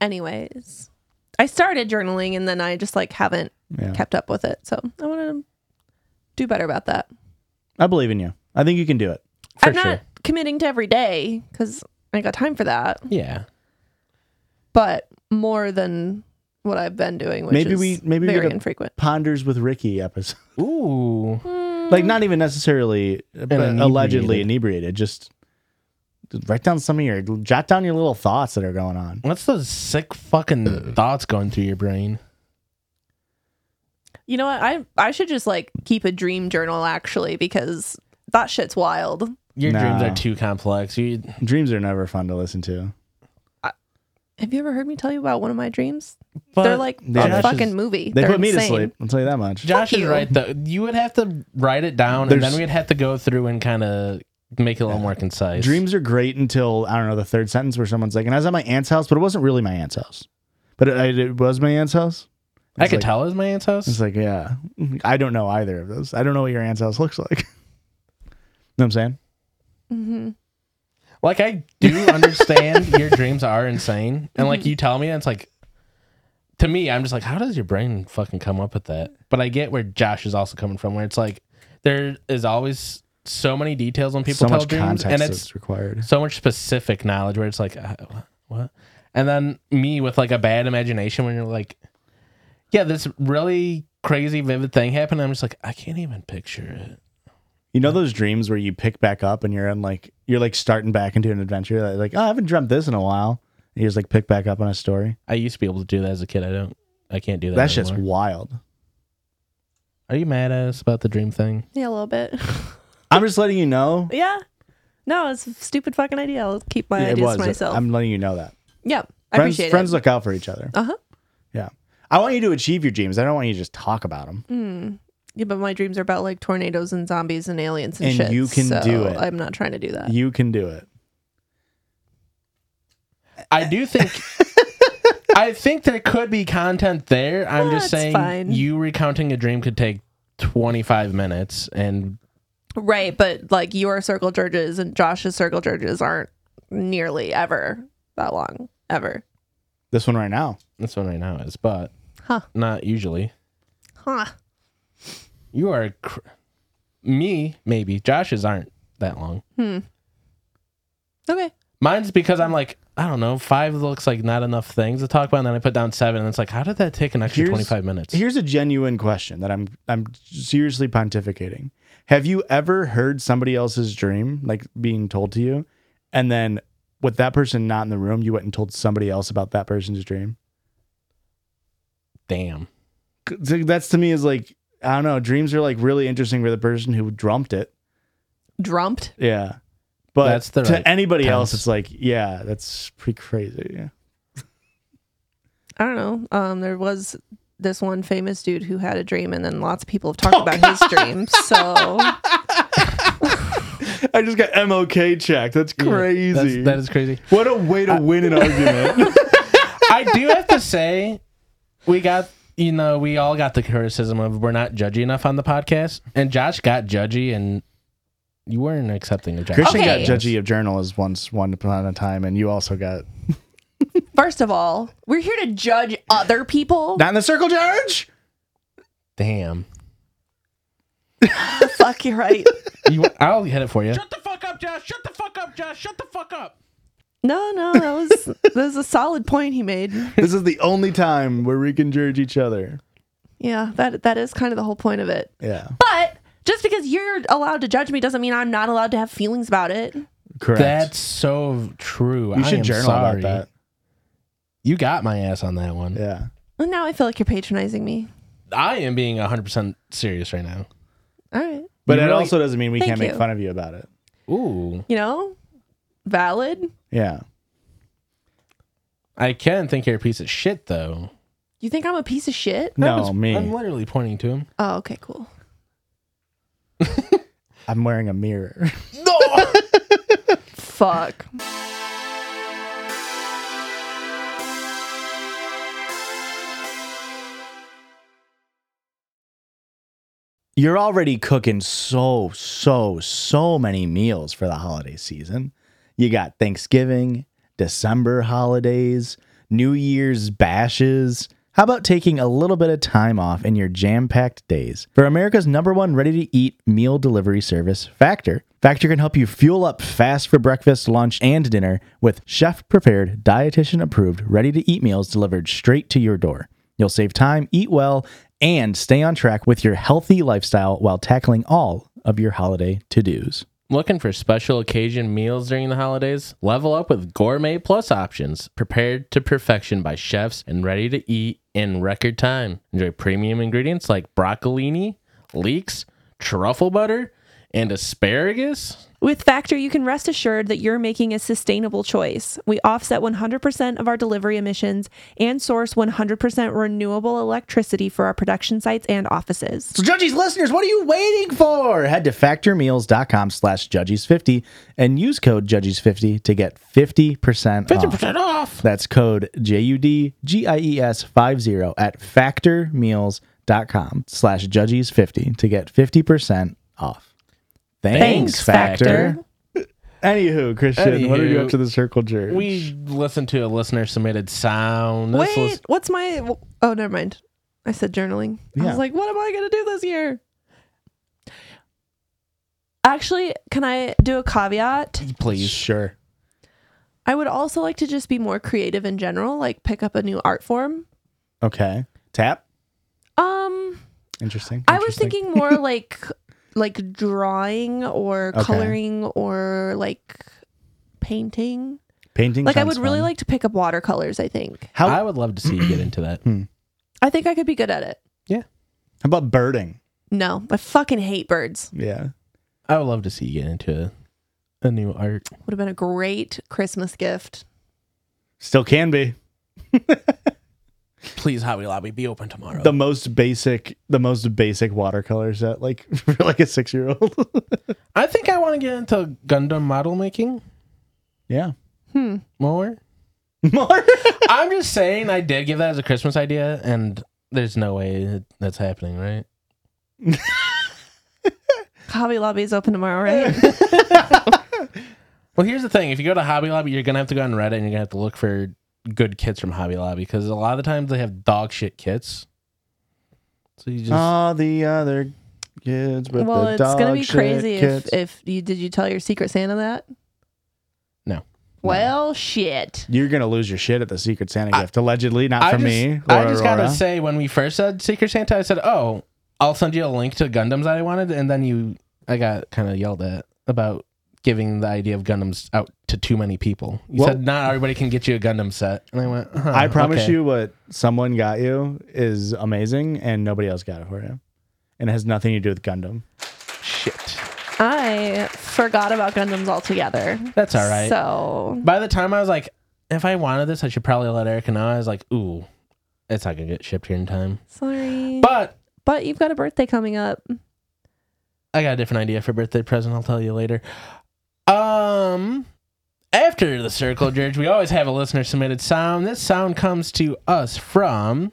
Anyways, I started journaling and then I just like haven't Yeah. kept up with it. So I want to do better about that. I believe in you. I think you can do it. For I'm sure. not committing to every day because I got time for that, Yeah. but more than what I've been doing, which Maybe is we- maybe we very get a- infrequent. Ponders with Ricky episode. [laughs] Ooh. Like not even necessarily but inebriated. allegedly inebriated. Just just write down some of your jot down your little thoughts that are going on. What's those sick fucking thoughts going through your brain? You know what? I I should just like keep a dream journal actually because that shit's wild. Your dreams No. are too complex. You, Dreams are never fun to listen to. Have you ever heard me tell you about one of my dreams? but They're like Yeah, a that's fucking Is, movie. They They're put me to insane. sleep. I'll tell you that much. Josh is you. right though. You would have to write it down, and There's- then we'd have to go through and kind of make it a little more concise. Dreams are great until I don't know the third sentence where someone's like, "And I was at my aunt's house, but it wasn't really my aunt's house, but it, it, it was my aunt's house." I could like- tell it was my aunt's house. It's like, yeah, I don't know either of those. I don't know what your aunt's house looks like. [laughs] know what I'm saying? Like I [laughs] do understand your dreams are insane, and like Mm-hmm. you tell me, and it's like to me, I'm just like, how does your brain fucking come up with that? But I get where Josh is also coming from, where it's like there is always so many details when people so tell much dreams, context and that's [laughs] it's required. so much specific knowledge where it's like uh, what, and then me with like a bad imagination when you're like, yeah, this really crazy vivid thing happened. I'm just like, I can't even picture it. You know those dreams where you pick back up and you're in like you're like starting back into an adventure. Like, like, oh, I haven't dreamt this in a while. And you just like pick back up on a story. I used to be able to do that as a kid. I don't. I can't do that. That's just anymore. wild. Are you mad at us about the dream thing? Yeah, a little bit. [laughs] I'm just letting you know. yeah. No, it's a stupid fucking idea. I'll keep my it ideas was. to myself. I'm letting you know that. yeah, I friends, appreciate friends it. look out for each other. Uh huh. Yeah. I want you to achieve your dreams. I don't want you to just talk about them. Yeah, but my dreams are about like tornadoes and zombies and aliens and, And shit. you can so do it. I'm not trying to do that. You can do it. I do [laughs] think I think there could be content there. I'm Well, just it's saying fine. you recounting a dream could take 25 minutes and Right, but like your circle judges and Josh's circle judges aren't nearly ever that long ever. This one right now. this one right now is but Huh. not usually. Huh. You are cr- me maybe Josh's aren't that long. Okay. Mine's because I'm like I don't know. Five looks like not enough things to talk about. And then I put down seven, and it's like, how did that take an extra Here's- twenty five minutes? Here's a genuine question that I'm I'm seriously pontificating. Have you ever heard somebody else's dream like being told to you and then with that person not in the room you went and told somebody else about that person's dream? Damn. 'Cause That's to me is like I don't know, dreams are like really interesting for the person who dreamt it. Drumped. Yeah. But That's the to right anybody else counts. it's like, yeah, that's pretty crazy. Yeah. I don't know. Um, there was this one famous dude who had a dream, and then lots of people have talked Oh, about his [laughs] dream. So I just got MOK checked. That's crazy. That's, that is crazy. what a way to win an argument. I do have to say, we got you know we all got the criticism of we're not judgy enough on the podcast, and Josh got judgy, and you weren't accepting the judge. [laughs] Christian Okay. got judgy of journalists once one upon a time, and you also got first of all, we're here to judge other people. not in the circle, George. Damn. Fuck, you're right. You, I'll hit it for you. Shut the fuck up, Josh. Shut the fuck up, Josh. Shut the fuck up. No, no, that was that was a solid point he made. This is the only time where we can judge each other. Yeah, that that is kind of the whole point of it. Yeah, But just because you're allowed to judge me doesn't mean I'm not allowed to have feelings about it. correct. That's so true. you I should am journal sorry. about You got my ass on that one. that. Yeah, And now I feel like you're patronizing me. I am being 100% serious right now. All right. but You it really- also doesn't mean we Thank can't make you. fun of you about it. Ooh. You know? Valid. Yeah, I can think you're a piece of shit, though. You think I'm a piece of shit? no, I was- me. I'm I'm, literally pointing to him. Oh, okay, cool. wearing a mirror. [laughs] Fuck. You're already cooking so, so, so many meals for the holiday season. You got Thanksgiving, December holidays, New Year's bashes. How about taking a little bit of time off in your jam packed days? For America's number one ready to eat meal delivery service, Factor. Factor can help you fuel up fast for breakfast, lunch, and dinner with chef prepared, dietitian approved, ready to eat meals delivered straight to your door. You'll save time, eat well, and stay on track with your healthy lifestyle while tackling all of your holiday to dos. Looking for special occasion meals during the holidays? Level up with Gourmet Plus options, prepared to perfection by chefs and ready to eat in record time. Enjoy premium ingredients like broccolini, leeks, truffle butter, and asparagus. With Factor, you can rest assured that you're making a sustainable choice. We offset 100% of our delivery emissions and source 100% renewable electricity for our production sites and offices. So Judgies listeners, what are you waiting for? Head to factormeals.com slash judgies50 and use code judgies50 to get 50% 50% off. off. That's code J-U-D-G-I-E-S 50 at factormeals.com slash judgies50 to get 50% off. Thanks, Thanks, Factor. Factor. Anywho, Christian, what are you Anywho, up to the circle jerk? We listened to a listener submitted sound. This Wait, was- what's my. Oh, never mind. I said journaling. I Yeah. was like, what am I going to do this year? Actually, can I do a caveat? please. Sure. I would also like to just be more creative in general, like pick up a new art form. Okay. Tap. Um, Interesting. I was Interesting. thinking [laughs] more like like drawing or Okay. coloring or like painting. painting. Like I sounds would really fun. like to pick up watercolors, I think. How, I how would love to see you get into that. I think I could be good at it. about birding? No, I fucking hate birds. Yeah. I would love to see you get into a new art. Would have been a great Christmas gift. Still can be. Please, Hobby Lobby, be open tomorrow. The most basic the most basic watercolor set, like [laughs] for like a six year old. I think I want to get into Gundam model making [laughs] [laughs] yeah. more. More I'm just saying, I did give that as a Christmas idea, and there's no way that's happening, right? Hobby Lobby is open tomorrow, right? Well, here's the thing: if you go to Hobby Lobby, you're gonna have to go on Reddit, and you're gonna have to look for good kits from Hobby Lobby because a lot of the times they have dog shit kits. So you just all Ah, the other kids [laughs] with well, the it's gonna dog be shit crazy if, kids. if you did you tell your secret Santa that? no. Well, shit. You're gonna lose your shit at the Secret Santa gift, allegedly, not I from just, me. I or just Aurora. gotta say, when we first said Secret Santa, I said, "Oh, I'll send you a link to Gundams that I wanted," and then you, I got kind of yelled at about giving the idea of Gundams out to too many people. You Well- said not everybody can get you a Gundam set, and I went, huh, I promise okay. you, what someone got you is amazing, and nobody else got it for you, and it has nothing to do with Gundam. shit." I forgot about Gundams altogether. That's all right. So By the time I was like, if I wanted this, I should probably let Erica know. I was like, "Ooh, it's not gonna get shipped here in time." sorry. But, But you've got a birthday coming up. I got a different idea for birthday present. I'll tell you later. Um, after the circle George, we always have a listener submitted sound. This sound comes to us from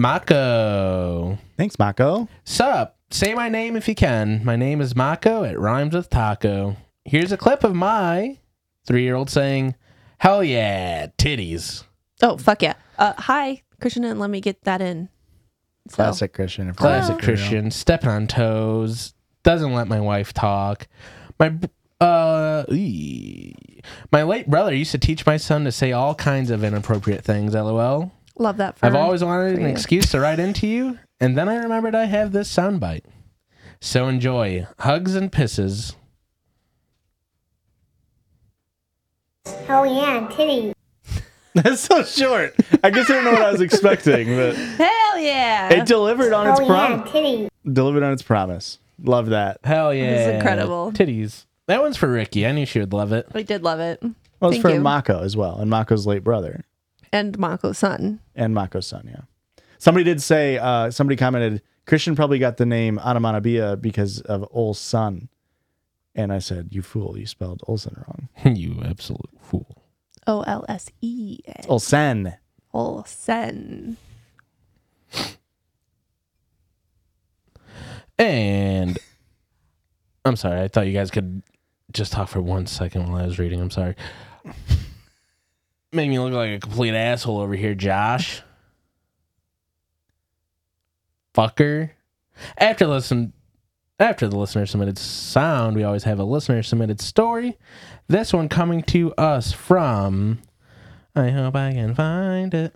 Mako. Thanks, Oh. Mako. Sup? Say my name if you can. My name is Mako. It rhymes with taco. Here's a clip of my three-year-old saying, "Hell yeah, titties." Oh fuck yeah. Uh, hi, Krishna, and let me get that in. So, Classic Christian. if we're Classic real. Christian, stepping on toes, doesn't let my wife talk. My br- uh, ee. my late brother used to teach my son to say all kinds of inappropriate things. LOL. Love that. For I've always wanted Uh-huh. for an you. excuse to write into you, and then I remembered I have this soundbite. So enjoy hugs and pisses. Hell yeah, titty. That's so short. I guess I don't know what I was expecting, but Hell yeah. it delivered on its Hell yeah, promise. titty. Delivered on its promise. Love that. Hell yeah! is incredible. Titties. That one's for Ricky. I knew she would love it. [laughs] I did love it. Well, it's Thank for you. Mako as well, and Mako's late brother. and Mako's son. and Mako's son. Yeah, somebody did say. Uh, somebody commented. Christian probably got the name Onomatopoeia because of Ol Sun. And I said, "You fool! You spelled Olsen wrong. you absolute fool. O L S E N. Olsen." Olsen. And I'm sorry, I thought you guys could just talk for one second while I was reading. I'm sorry. Made me look like a complete asshole over here, Josh. Fucker. After listen after the listener submitted sound, we always have a listener submitted story. This one coming to us from I hope I can find it.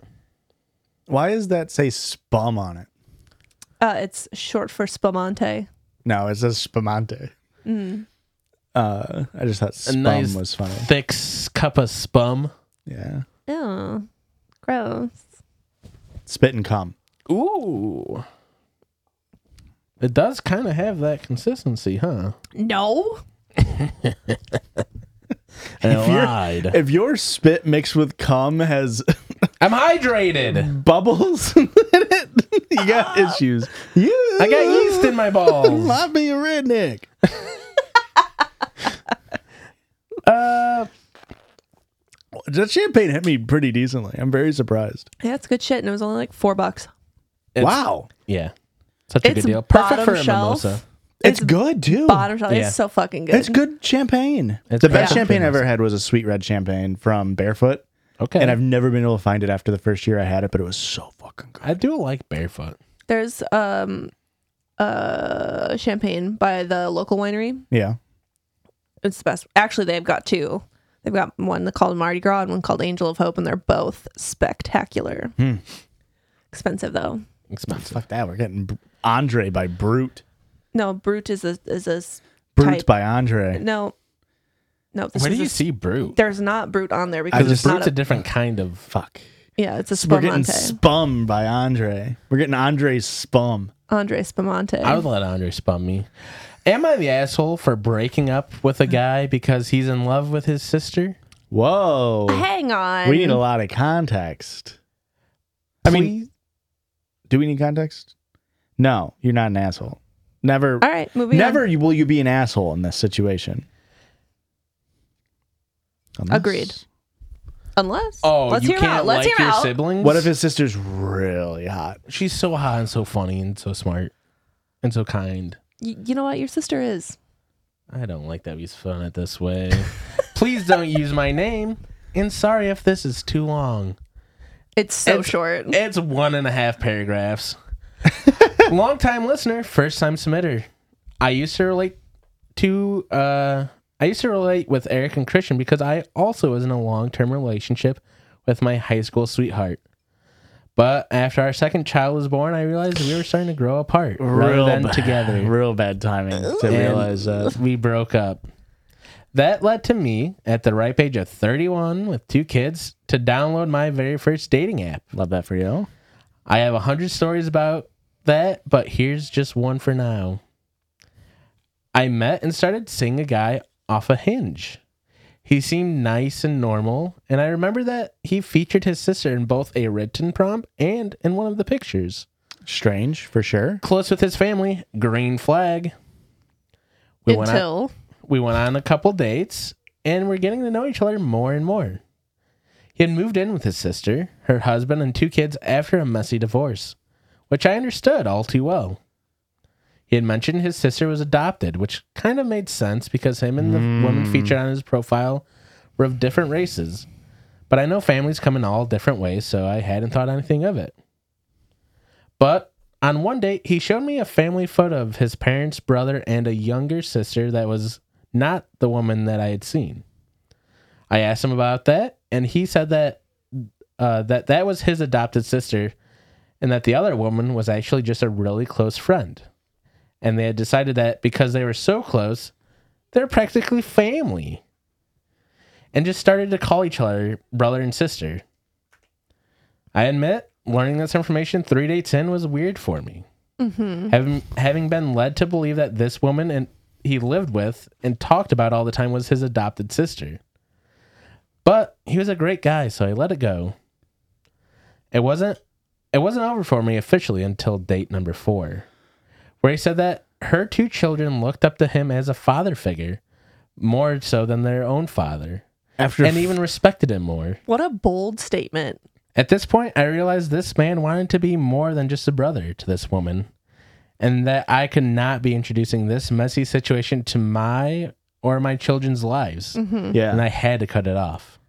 Why does that say spum on it? Uh, it's short for Spumante. No, it says spumante. Mm. Uh, I just thought A spum nice was funny. thick s- cup of spum. Yeah, Oh, gross. spit and cum. Ooh. It does kind of have that consistency, huh? No. I you're- lied. If your spit mixed with cum has [laughs] [laughs] I'm hydrated. bubbles [laughs] in it, [laughs] you [laughs] got issues. You, I got yeast [laughs] in my balls. Might be a [laughs] redneck. Uh, That champagne hit me pretty decently. I'm very surprised. Yeah, it's good shit, and it was only like four bucks. it's- wow. Yeah. Such a It's good deal. Perfect bottom for a shelf. mimosa. It's, good too. Bottom shelf. Yeah. It's so fucking good. It's good champagne. It's the best good. champagne I Yeah. ever had was a sweet red champagne from Barefoot. Okay. And I've never been able to find it after the first year I had it, but it was so fucking good. I do like barefoot. There's um, uh, champagne by the local winery. Yeah. It's the best. Actually, they've got two. They've got one called Mardi Gras and one called Angel of Hope, and they're both spectacular. Hmm. Expensive though. Expensive. Fuck that. We're getting B- Andre by Brute. No, Brute is a is a s- Brute Type. by Andre. no. No, this Where do is a you s- see brute? There's not brute on there I because just- it's Brute's not a a, different kind of. Fuck. yeah, it's a We're getting spumante. spum by Andre. We're getting Andre's spum. Andre Spumante. I would let Andre spum me. Am I the asshole for breaking up with a guy because he's in love with his sister? Whoa. Oh, Hang on. we need a lot of context. I mean, Please? do we need context? No, you're not an asshole. Never. All right, moving Never on. you- will you be an asshole in this situation. Unless- Agreed. Unless oh, let's you hear him can't out. Let's like hear him your out. siblings. What if his sister's really hot? She's so hot and so funny and so smart and so kind. Y- you know what? Your sister is. I don't like that we spun it this way. Please don't use my name. And sorry if this is too long. It's so It's- short. It's one and a half paragraphs. Long time listener, first time submitter. I used to relate to uh, I used to relate with Eric and Christian because I also was in a long term relationship with my high school sweetheart. But after our second child was born, I realized we were starting to grow apart rather than bad- together. Real bad timing to And realize that. [laughs] we broke up. That led to me at the ripe age of 31 with two kids to download my very first dating app. Love that for you. I have a hundred stories about that, but here's just one for now. I met and started seeing a guy off a hinge. He seemed nice and normal, and I remember that he featured his sister in both a written prompt and in one of the pictures. Strange for sure. Close with his family, green flag. went out- Until we went on a couple dates and we're getting to know each other more and more. He had moved in with his sister, her husband, and two kids after a messy divorce, which I understood all too well. He had mentioned his sister was adopted, which kind of made sense because him and the woman featured on his profile were of different races. But I know families come in all different ways, so I hadn't thought anything of it. But on one date, he showed me a family photo of his parents, brother, and a younger sister that was not the woman that I had seen. I asked him about that, and he said that uh, that that was his adopted sister, and that the other woman was actually just a really close friend. And they had decided that because they were so close, they're practically family. And just started to call each other brother and sister. I admit, learning this information three dates in was weird for me. Having having been led to believe that this woman and he lived with and talked about all the time was his adopted sister. But he was a great guy, so I let it go. It wasn't it wasn't over for me officially until date number four, where he said that her two children looked up to him as a father figure, more so than their own father, After [sighs] and even respected him more. what a bold statement. At this point, I realized this man wanted to be more than just a brother to this woman, and that I could not be introducing this messy situation to my or my children's lives, and [laughs] hmm. yeah. I had to cut it off.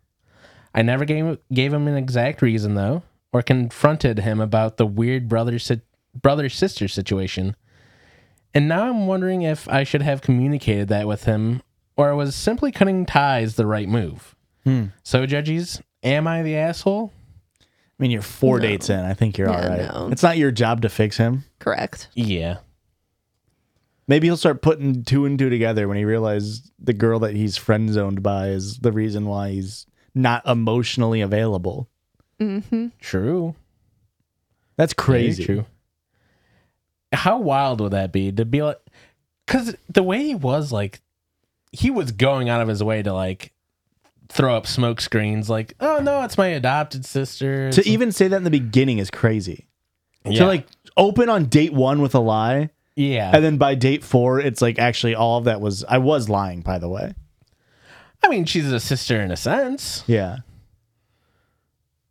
I never gave, gave him an exact reason, though, or confronted him about the weird brother si- brother sister situation. And now I'm wondering if I should have communicated that with him, or was simply cutting ties the right move? So, judges, am I the asshole? I mean, you're four dates in. I think you're all Yeah, right. no. It's not your job to fix him. Correct. Yeah. Maybe he'll start putting two and two together when he realizes the girl that he's friend zoned by is the reason why he's not emotionally available. True. That's crazy. Very true. How wild would that be to be like? Because the way he was, like, he was going out of his way to like throw up smoke screens, like, oh no, it's my adopted sister. To It's- even say that in the beginning is crazy. yeah. To like open on date one with a lie, yeah. e-, and then by date four, it's like actually all of that was I was lying. By the way, I mean, she's a sister in a sense. yeah,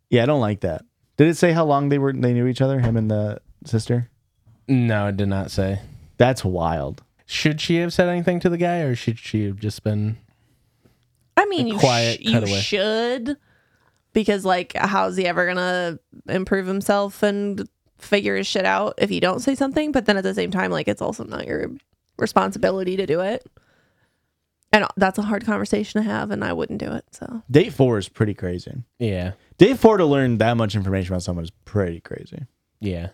yeah, I don't like that. Did it say how long they were they knew each other? Him and the sister. No, it did not say. That's wild. Should she have said anything to the guy, or should she have just been? I mean, A you, quiet sh- you cutaway. should, because like, how's he ever gonna improve himself and figure his shit out if you don't say something? But then at the same time, like, it's also not your responsibility to do it, and that's a hard conversation to have, and I wouldn't do it. So Date four is pretty crazy. Yeah. Date four to learn that much information about someone is pretty crazy. Yeah.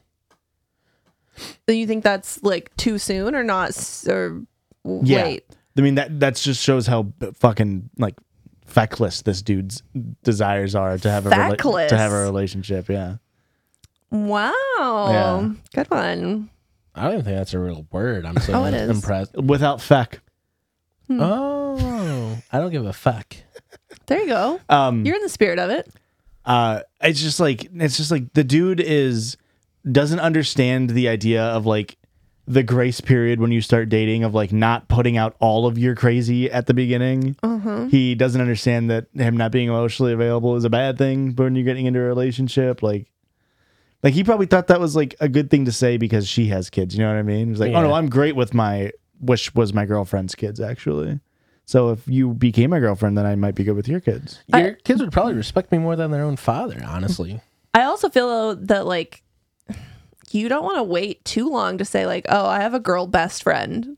Do you think that's like too soon or not? s- Or w- Yeah. wait, I mean that that just shows how b- fucking like feckless this dude's desires are to have a rela- Feckless? to have a relationship. Yeah, wow, Yeah. good one. I don't even think that's a real word. I'm so Oh, it is. Hmm. impressed. without feck. Oh, I don't give a fuck. There you go. Um, You're in the spirit of it. uh it's just like it's just like the dude is doesn't understand the idea of like the grace period when you start dating of like not putting out all of your crazy at the beginning he doesn't understand that him not being emotionally available is a bad thing when you're getting into a relationship like like he probably thought that was like a good thing to say because she has kids you know what i mean he was like oh no Yeah. i'm great with my which was my girlfriend's kids actually so if you became my girlfriend then i might be good with your kids Your kids would probably respect me more than their own father, honestly. I also feel though that like you don't want to wait too long to say like, oh, I have a girl best friend.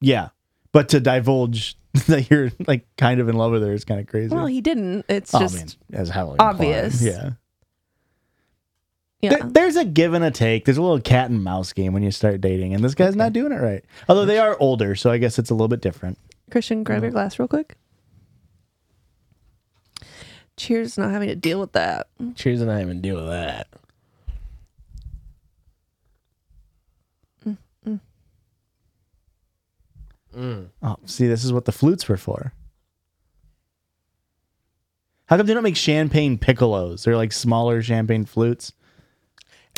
Yeah. But to divulge [laughs] that you're like kind of in love with her is kind of crazy. Well, he didn't. It's Oh, just man, as heavily obvious. Yeah. Yeah. There- there's a give and a take. There's a little cat and mouse game when you start dating, and this guy's not doing it right. Although they are older, so I guess it's a little bit different. Christian, grab Mm. your glass real quick. Cheers, not having to deal with that. Cheers, and I even deal with that. Oh, see, this is what the flutes were for. How come they don't make champagne piccolos? They're like smaller champagne flutes.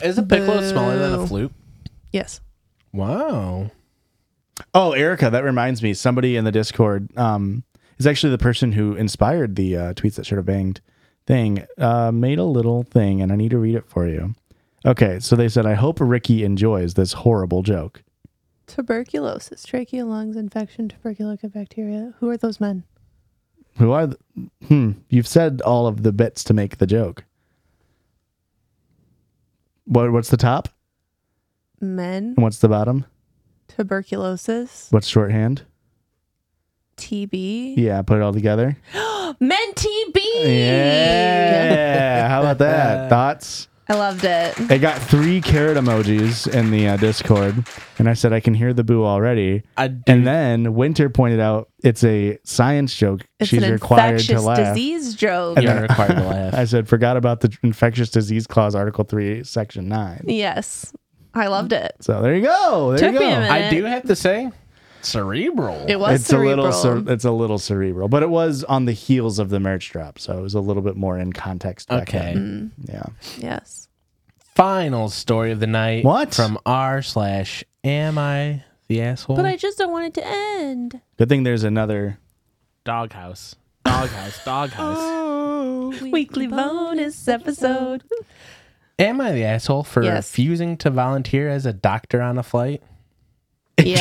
Is a piccolo smaller than Boo. a flute? Yes. Wow. Oh, Erica, that reminds me. Somebody in the Discord um, is actually the person who inspired the uh, tweets that should have banged thing. Uh, made a little thing, and I need to read it for you. Okay, so they said, "I hope Ricky enjoys this horrible joke." Tuberculosis, trachea, lungs, infection, tuberculosis bacteria. Who are those men? Who are? The, hmm. You've said all of the bits to make the joke. What? What's the top? Men, And what's the bottom? tuberculosis, What's shorthand? TB. Yeah, put it all together. Men TB. Yeah. How about that? Thoughts? I loved it. I got three carrot emojis in the uh, Discord, and I said I can hear the boo already. I do- and then Winter pointed out it's a science joke. It's She's an required infectious to laugh. disease joke. And You're [laughs] then- required to laugh. I said forgot about the infectious disease clause, Article Three, Section Nine. Yes. I loved it. So there you go. There Took you go. me a minute. I do have to say, cerebral. It was it's a cerebral. little cer- it's a little cerebral, but it was on the heels of the merch drop, so it was a little bit more in context. Back Okay. then. Yeah. yes. Final story of the night. What? From R slash Am I the Asshole? But I just don't want it to end. Good thing there's another Doghouse. Doghouse. Doghouse. Weekly bonus episode. [gasps] Am I the asshole for Yes. refusing to volunteer as a doctor on a flight? Yeah.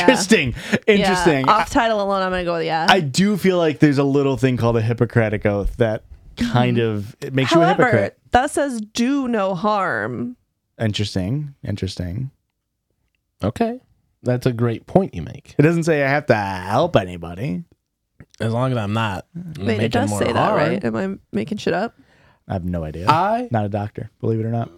[laughs] interesting. Interesting. Yeah. Off title alone, I'm going to go with yeah. I do feel like there's a little thing called a Hippocratic oath that kind of it makes you a hypocrite. that says do no harm. Interesting. Interesting. Okay. That's a great point you make. It doesn't say I have to help anybody. As long as I'm not Wait, making Mm, it does more say that, harm. right? Am I making shit up? I have no idea. I Not a doctor, believe it or not.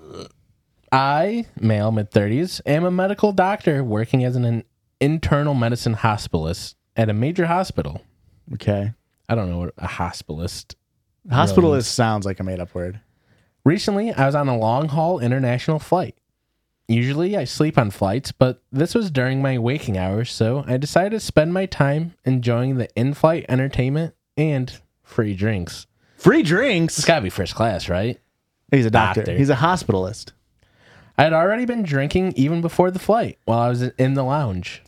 I, male, mid 30s, am a medical doctor working as an, an internal medicine hospitalist at a major hospital. Okay. I don't know what a hospitalist. Hospitalist sounds like a made up word. Recently, I was on a long haul international flight. Usually, I sleep on flights, but this was during my waking hours, so I decided to spend my time enjoying the in flight entertainment and free drinks. Free It's drinks. gotta be first class, right? He's a doctor. Doctor. He's a hospitalist. I had already been drinking even before the flight while I was in the lounge.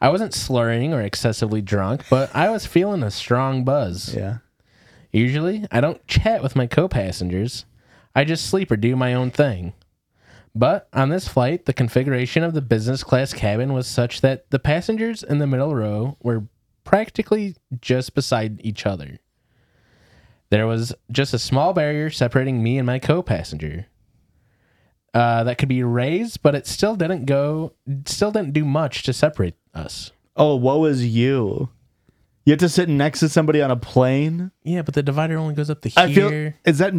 I wasn't slurring or excessively drunk, but I was feeling a strong buzz. Yeah. Usually, I don't chat with my co passengers. I just sleep or do my own thing. But on this flight, the configuration of the business class cabin was such that the passengers in the middle row were practically just beside each other. There was just a small barrier separating me and my co passenger. Uh, that could be raised, but it still didn't go, still didn't do much to separate us. Oh, woe is you. You have to sit next to somebody on a plane. Yeah, but the divider only goes up to here. I feel is that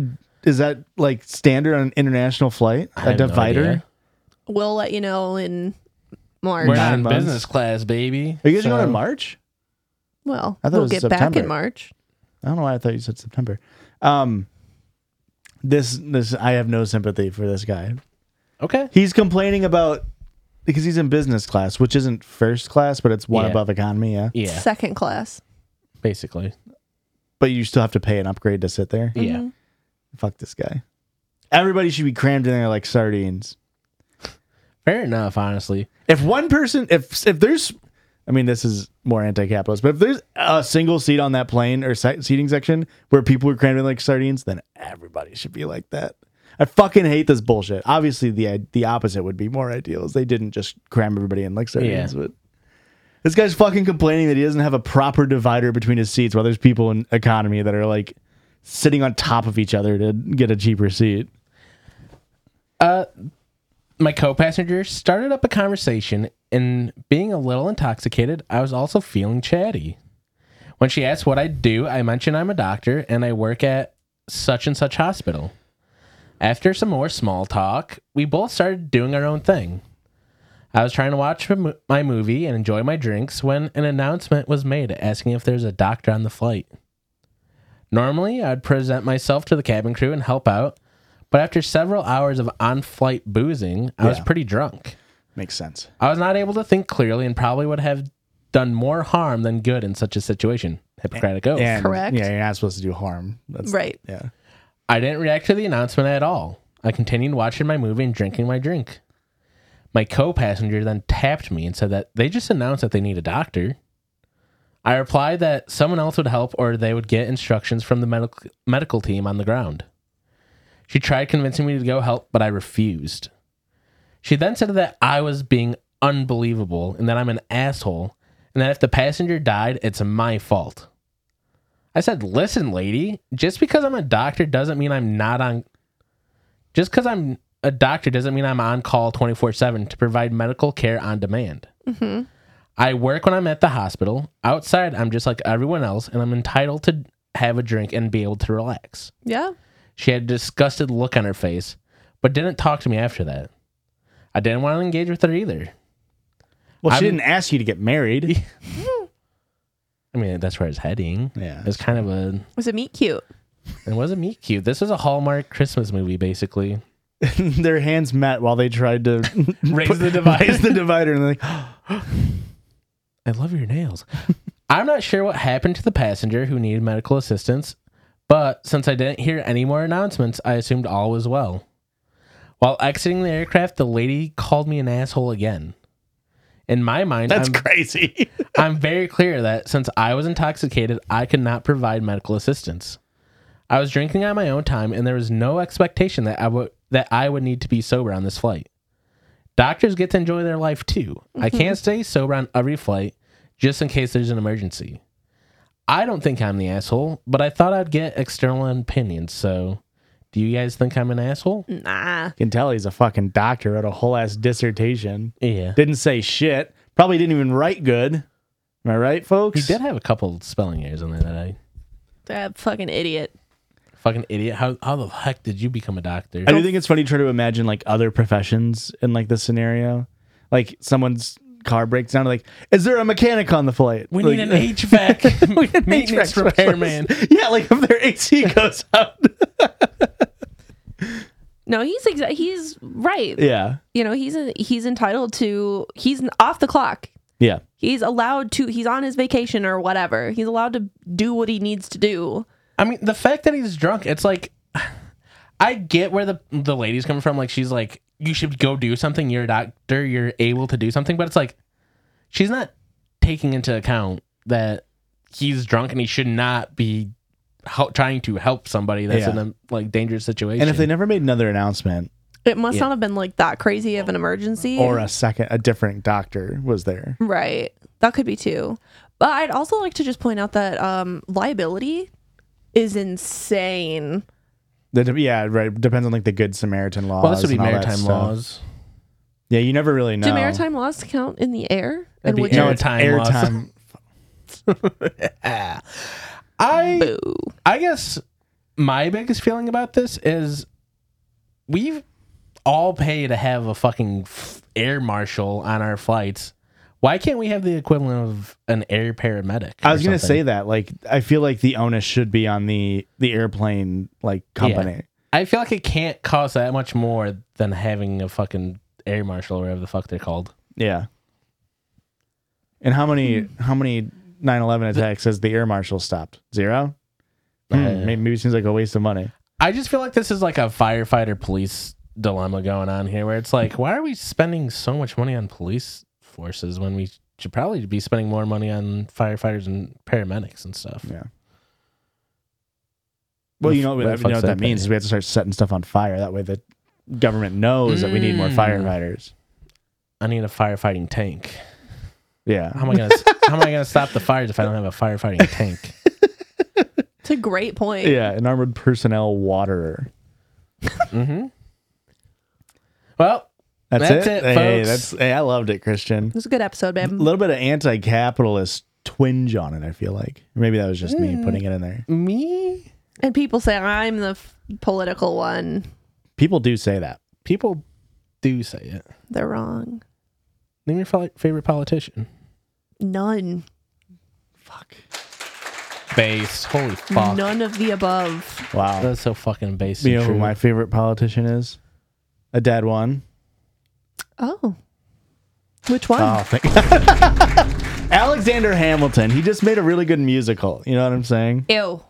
is that like standard on an international flight? I A have no divider? idea. We'll let you know in March. We're Nine not in months. business class, baby. Are you guys going So- in March? well, I thought it we'll was get back September. in March. I don't know why I thought you said September. Um, this this I have no sympathy for this guy. Okay. He's complaining about because he's in business class, which isn't first class, but it's one Yeah. above economy. Yeah, Yeah, Second class. basically. but you still have to pay an upgrade to sit there. Yeah. Fuck this guy. Everybody should be crammed in there like sardines. Fair enough, honestly. If one person, if if there's, I mean, this is more anti-capitalist, but if there's a single seat on that plane or se- seating section where people are crammed in like sardines, then everybody should be like that. I fucking hate this bullshit. Obviously, the the opposite would be more ideal is they didn't just cram everybody in like sardines. Yeah. But this guy's fucking complaining that he doesn't have a proper divider between his seats while there's people in economy that are like sitting on top of each other to get a cheaper seat. My co passenger started up a conversation, and being a little intoxicated, I was also feeling chatty. When she asks what I do, I mention I'm a doctor and I work at such and such hospital. After some more small talk, we both started doing our own thing. I was trying to watch m- my movie and enjoy my drinks when an announcement was made asking if there's a doctor on the flight. Normally, I'd present myself to the cabin crew and help out, but after several hours of on flight boozing, I was Yeah. pretty drunk. Makes sense. I was not able to think clearly and probably would have done more harm than good in such a situation. Hippocratic oath. And, Correct. Yeah, you're not supposed to do harm. That's Right. Yeah. I didn't react to the announcement at all. I continued watching my movie and drinking my drink. My co passenger then tapped me and said that they just announced that they need a doctor. I replied that someone else would help or they would get instructions from the medical, medical team on the ground. She tried convincing me to go help, but I refused. She then said that I was being unbelievable and that I'm an asshole and that if the passenger died, it's my fault. I said, "Listen, lady, just because I'm a doctor doesn't mean I'm not on just because I'm a doctor doesn't mean I'm on call 24/7 to provide medical care on demand. Mm-hmm. I work when I'm at the hospital. Outside, I'm just like everyone else and I'm entitled to have a drink and be able to relax." Yeah. She had a disgusted look on her face, but didn't talk to me after that. I didn't want to engage with her either. Well, I'm- she didn't ask you to get married. I mean, that's where it's heading. yeah. It's kind of a Was it meet cute? it wasn't me cute. This was a Hallmark Christmas movie basically. [laughs] Their hands met while they tried to Raise the raise [laughs] device. the divider, and they're like, [laughs] I love your nails. [laughs] I'm not sure what happened to the passenger who needed medical assistance, but since I didn't hear any more announcements, I assumed all was well. While exiting the aircraft, the lady called me an asshole again. In my mind, "That's I'm, crazy." I'm very clear that since I was intoxicated, I could not provide medical assistance. I was drinking on my own time, and there was no expectation that I would that I would need to be sober on this flight. Doctors get to enjoy their life too. I can't stay sober on every flight just in case there's an emergency. I don't think I'm the asshole, but I thought I'd get external opinions. So, do you guys think I'm an asshole? Nah. Can tell he's a fucking doctor. Wrote a whole ass dissertation. Yeah. Didn't say shit. Probably didn't even write good. Am I right, He folks? did have a couple spelling errors on there that I That fucking idiot. fucking idiot. How how the heck did you become a doctor? I do think it's funny trying to imagine like other professions in like this scenario. Like someone's car breaks down. Like, is there a mechanic on the flight? We Like- need [laughs] an [laughs] HVAC We need [laughs] an maintenance HVAC repairman. specialist. [laughs] Yeah, like if their AC goes out. No, he's exa- he's right. yeah, You know, he's he's entitled to he's off the clock. yeah. He's allowed to he's on his vacation or whatever. He's allowed to do what he needs to do. I mean, the fact that he's drunk, it's like [sighs] I get where the the lady's coming from. Like she's like, you should go do something. You're a doctor. You're able to do something. But it's like she's not taking into account that he's drunk and he should not be help, trying to help somebody that's Yeah. in a like dangerous situation. And if they never made another announcement It must Yeah. not have been like that crazy of an emergency. or a second, a different doctor was there. Right. That could be too. But I'd also like to just point out that um liability is insane. That yeah, right. Depends on like the Good Samaritan laws. well, this would be and all that maritime stuff. laws. Yeah, you never really know. Do maritime laws count in the air? That'd be would air you- it's Maritime laws. [laughs] airtime. I Boo. I guess my biggest feeling about this is we all pay to have a fucking f- air marshal on our flights. Why can't we have the equivalent of an air paramedic? I was or gonna something? say that. Like, I feel like the onus should be on the the airplane like company. I feel like it can't cost that much more than having a fucking air marshal or whatever the fuck they're called. Yeah. And how many Hmm. how many 9/11 attacks has the air marshal stopped? Zero. Hmm, Uh, may- maybe it seems like a waste of money. I just feel like this is like a firefighter police dilemma going on here, where it's like, why are we spending so much money on police forces when we should probably be spending more money on firefighters and paramedics and stuff? Yeah. Well, you know, Where the what- you know fuck's what that that means pay? is we have to start setting stuff on fire. That way, the government knows that we need more Mm. firefighters. I need a firefighting tank. How Yeah. am I gonna [laughs] How am I gonna stop the fires if I don't have a firefighting tank? It's a great [laughs] point. Yeah, an armored personnel waterer. Mm-hmm. Well, That's, That's it. it, Hey, folks. that's hey, I loved it, Christian. It was a good episode, A babe. little bit of anti-capitalist twinge on it. I feel like maybe that was just me putting it in there. Me? And people say I'm the f- political one. People do say that. People do say it. They're wrong. Name your fo- favorite politician. None. Base. Holy fuck. None of the above. Wow. That's so fucking base. you and know who true. my favorite politician is? A dead one. Oh. Which one? Oh, thank [laughs] Alexander Hamilton. He just made a really good musical. You know what I'm saying? Ew.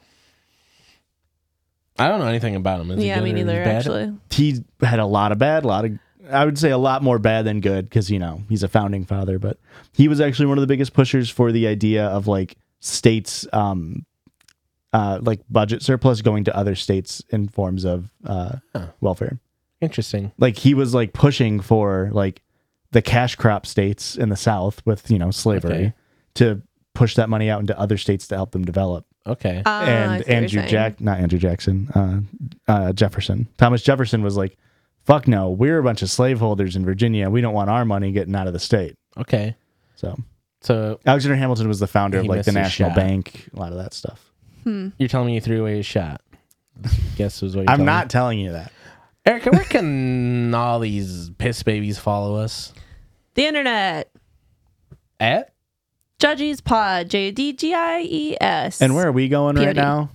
I don't know anything about him. Is he yeah, good me or is he neither, bad? actually. He had a lot of bad, a lot of I would say a lot more bad than good because you know he's a founding father, but he was actually one of the biggest pushers for the idea of like states, um, uh, like budget surplus going to other states in forms of uh, welfare. Interesting. like he was like pushing for like the cash crop states in the south with you know slavery Okay. to push that money out into other states to help them develop Okay. Ah, I see and what you're andrew saying. jack not andrew jackson uh, uh jefferson thomas jefferson was like fuck no we're a bunch of slaveholders in virginia we don't want our money getting out of the state Okay. so So alexander hamilton was the founder of He like the missed his national shot. bank a lot of that stuff you're telling me you threw away [laughs] his shot. Guess was what you're i'm telling not me. telling you that Erica, where can all these piss babies follow us? The internet. At? Judges Pod. J D G I E S. and where are we going right POD. now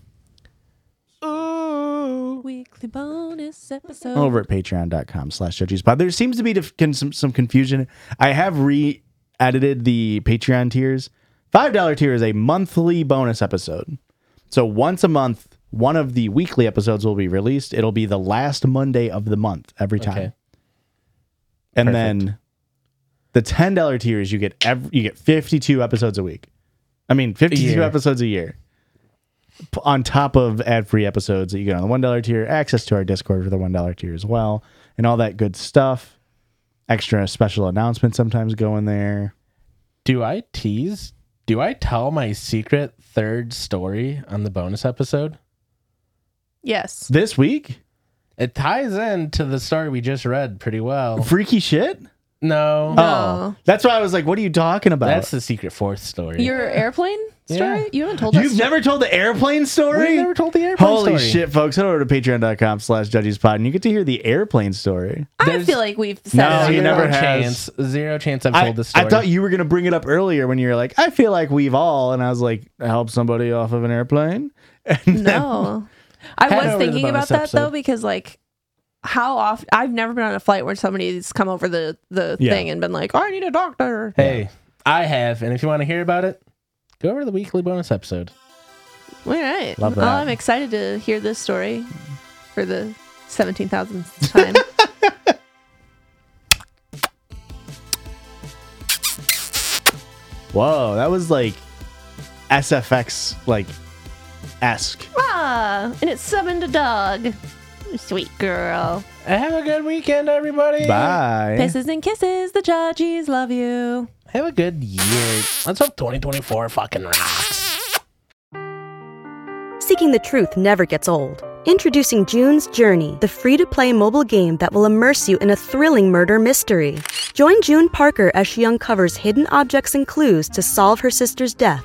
Weekly bonus episode. over at patreon.com slash judgespod there seems to be dif- con- some, some confusion i have re-edited the patreon tiers $5 tier is a monthly bonus episode so once a month one of the weekly episodes will be released it'll be the last monday of the month every time Okay. and then the $10 tier is you get every, you get 52 episodes a week i mean 52 year. episodes a year P- on top of ad-free episodes that you get on the $1 tier access to our discord for the $1 tier as well and all that good stuff extra special announcements sometimes go in there Do I tease? Do I tell my secret third story on the bonus episode? Yes. this week It ties in to the story we just read [laughs] pretty well. freaky shit Oh. No. No. oh that's why i was like what are you talking about That's the secret fourth story. Your airplane Yeah. story? You haven't told us. You've never told the airplane story? We've never told the airplane Holy story. shit, folks. Head over to patreon.com slash judgespod and you get to hear the airplane story. I There's- feel like we've said No, it. on you zero your never own. have. chance. Zero chance I've I, told this story. I thought you were going to bring it up earlier when you were like, I feel like we've all, and I was like, help somebody off of an airplane? No. [laughs] I Head over to was the thinking bonus about that though episode. because like how often I've never been on a flight where somebody's come over the the Yeah. thing and been like, "Oh, "I need a doctor." Hey, I have, and if you want to hear about it, go over to the weekly bonus episode. All right. Love Well, that. I'm excited to hear this story for the 17,000th time. Whoa, that was like SFX, like, esque. ah, and it summoned a dog. Sweet girl. Have a good weekend, everybody. Bye. Kisses and kisses. The judges love you. Have a good year. Let's hope 2024 fucking rocks. Seeking the truth never gets old. Introducing June's Journey, the free to play mobile game that will immerse you in a thrilling murder mystery. Join June Parker as she uncovers hidden objects and clues to solve her sister's death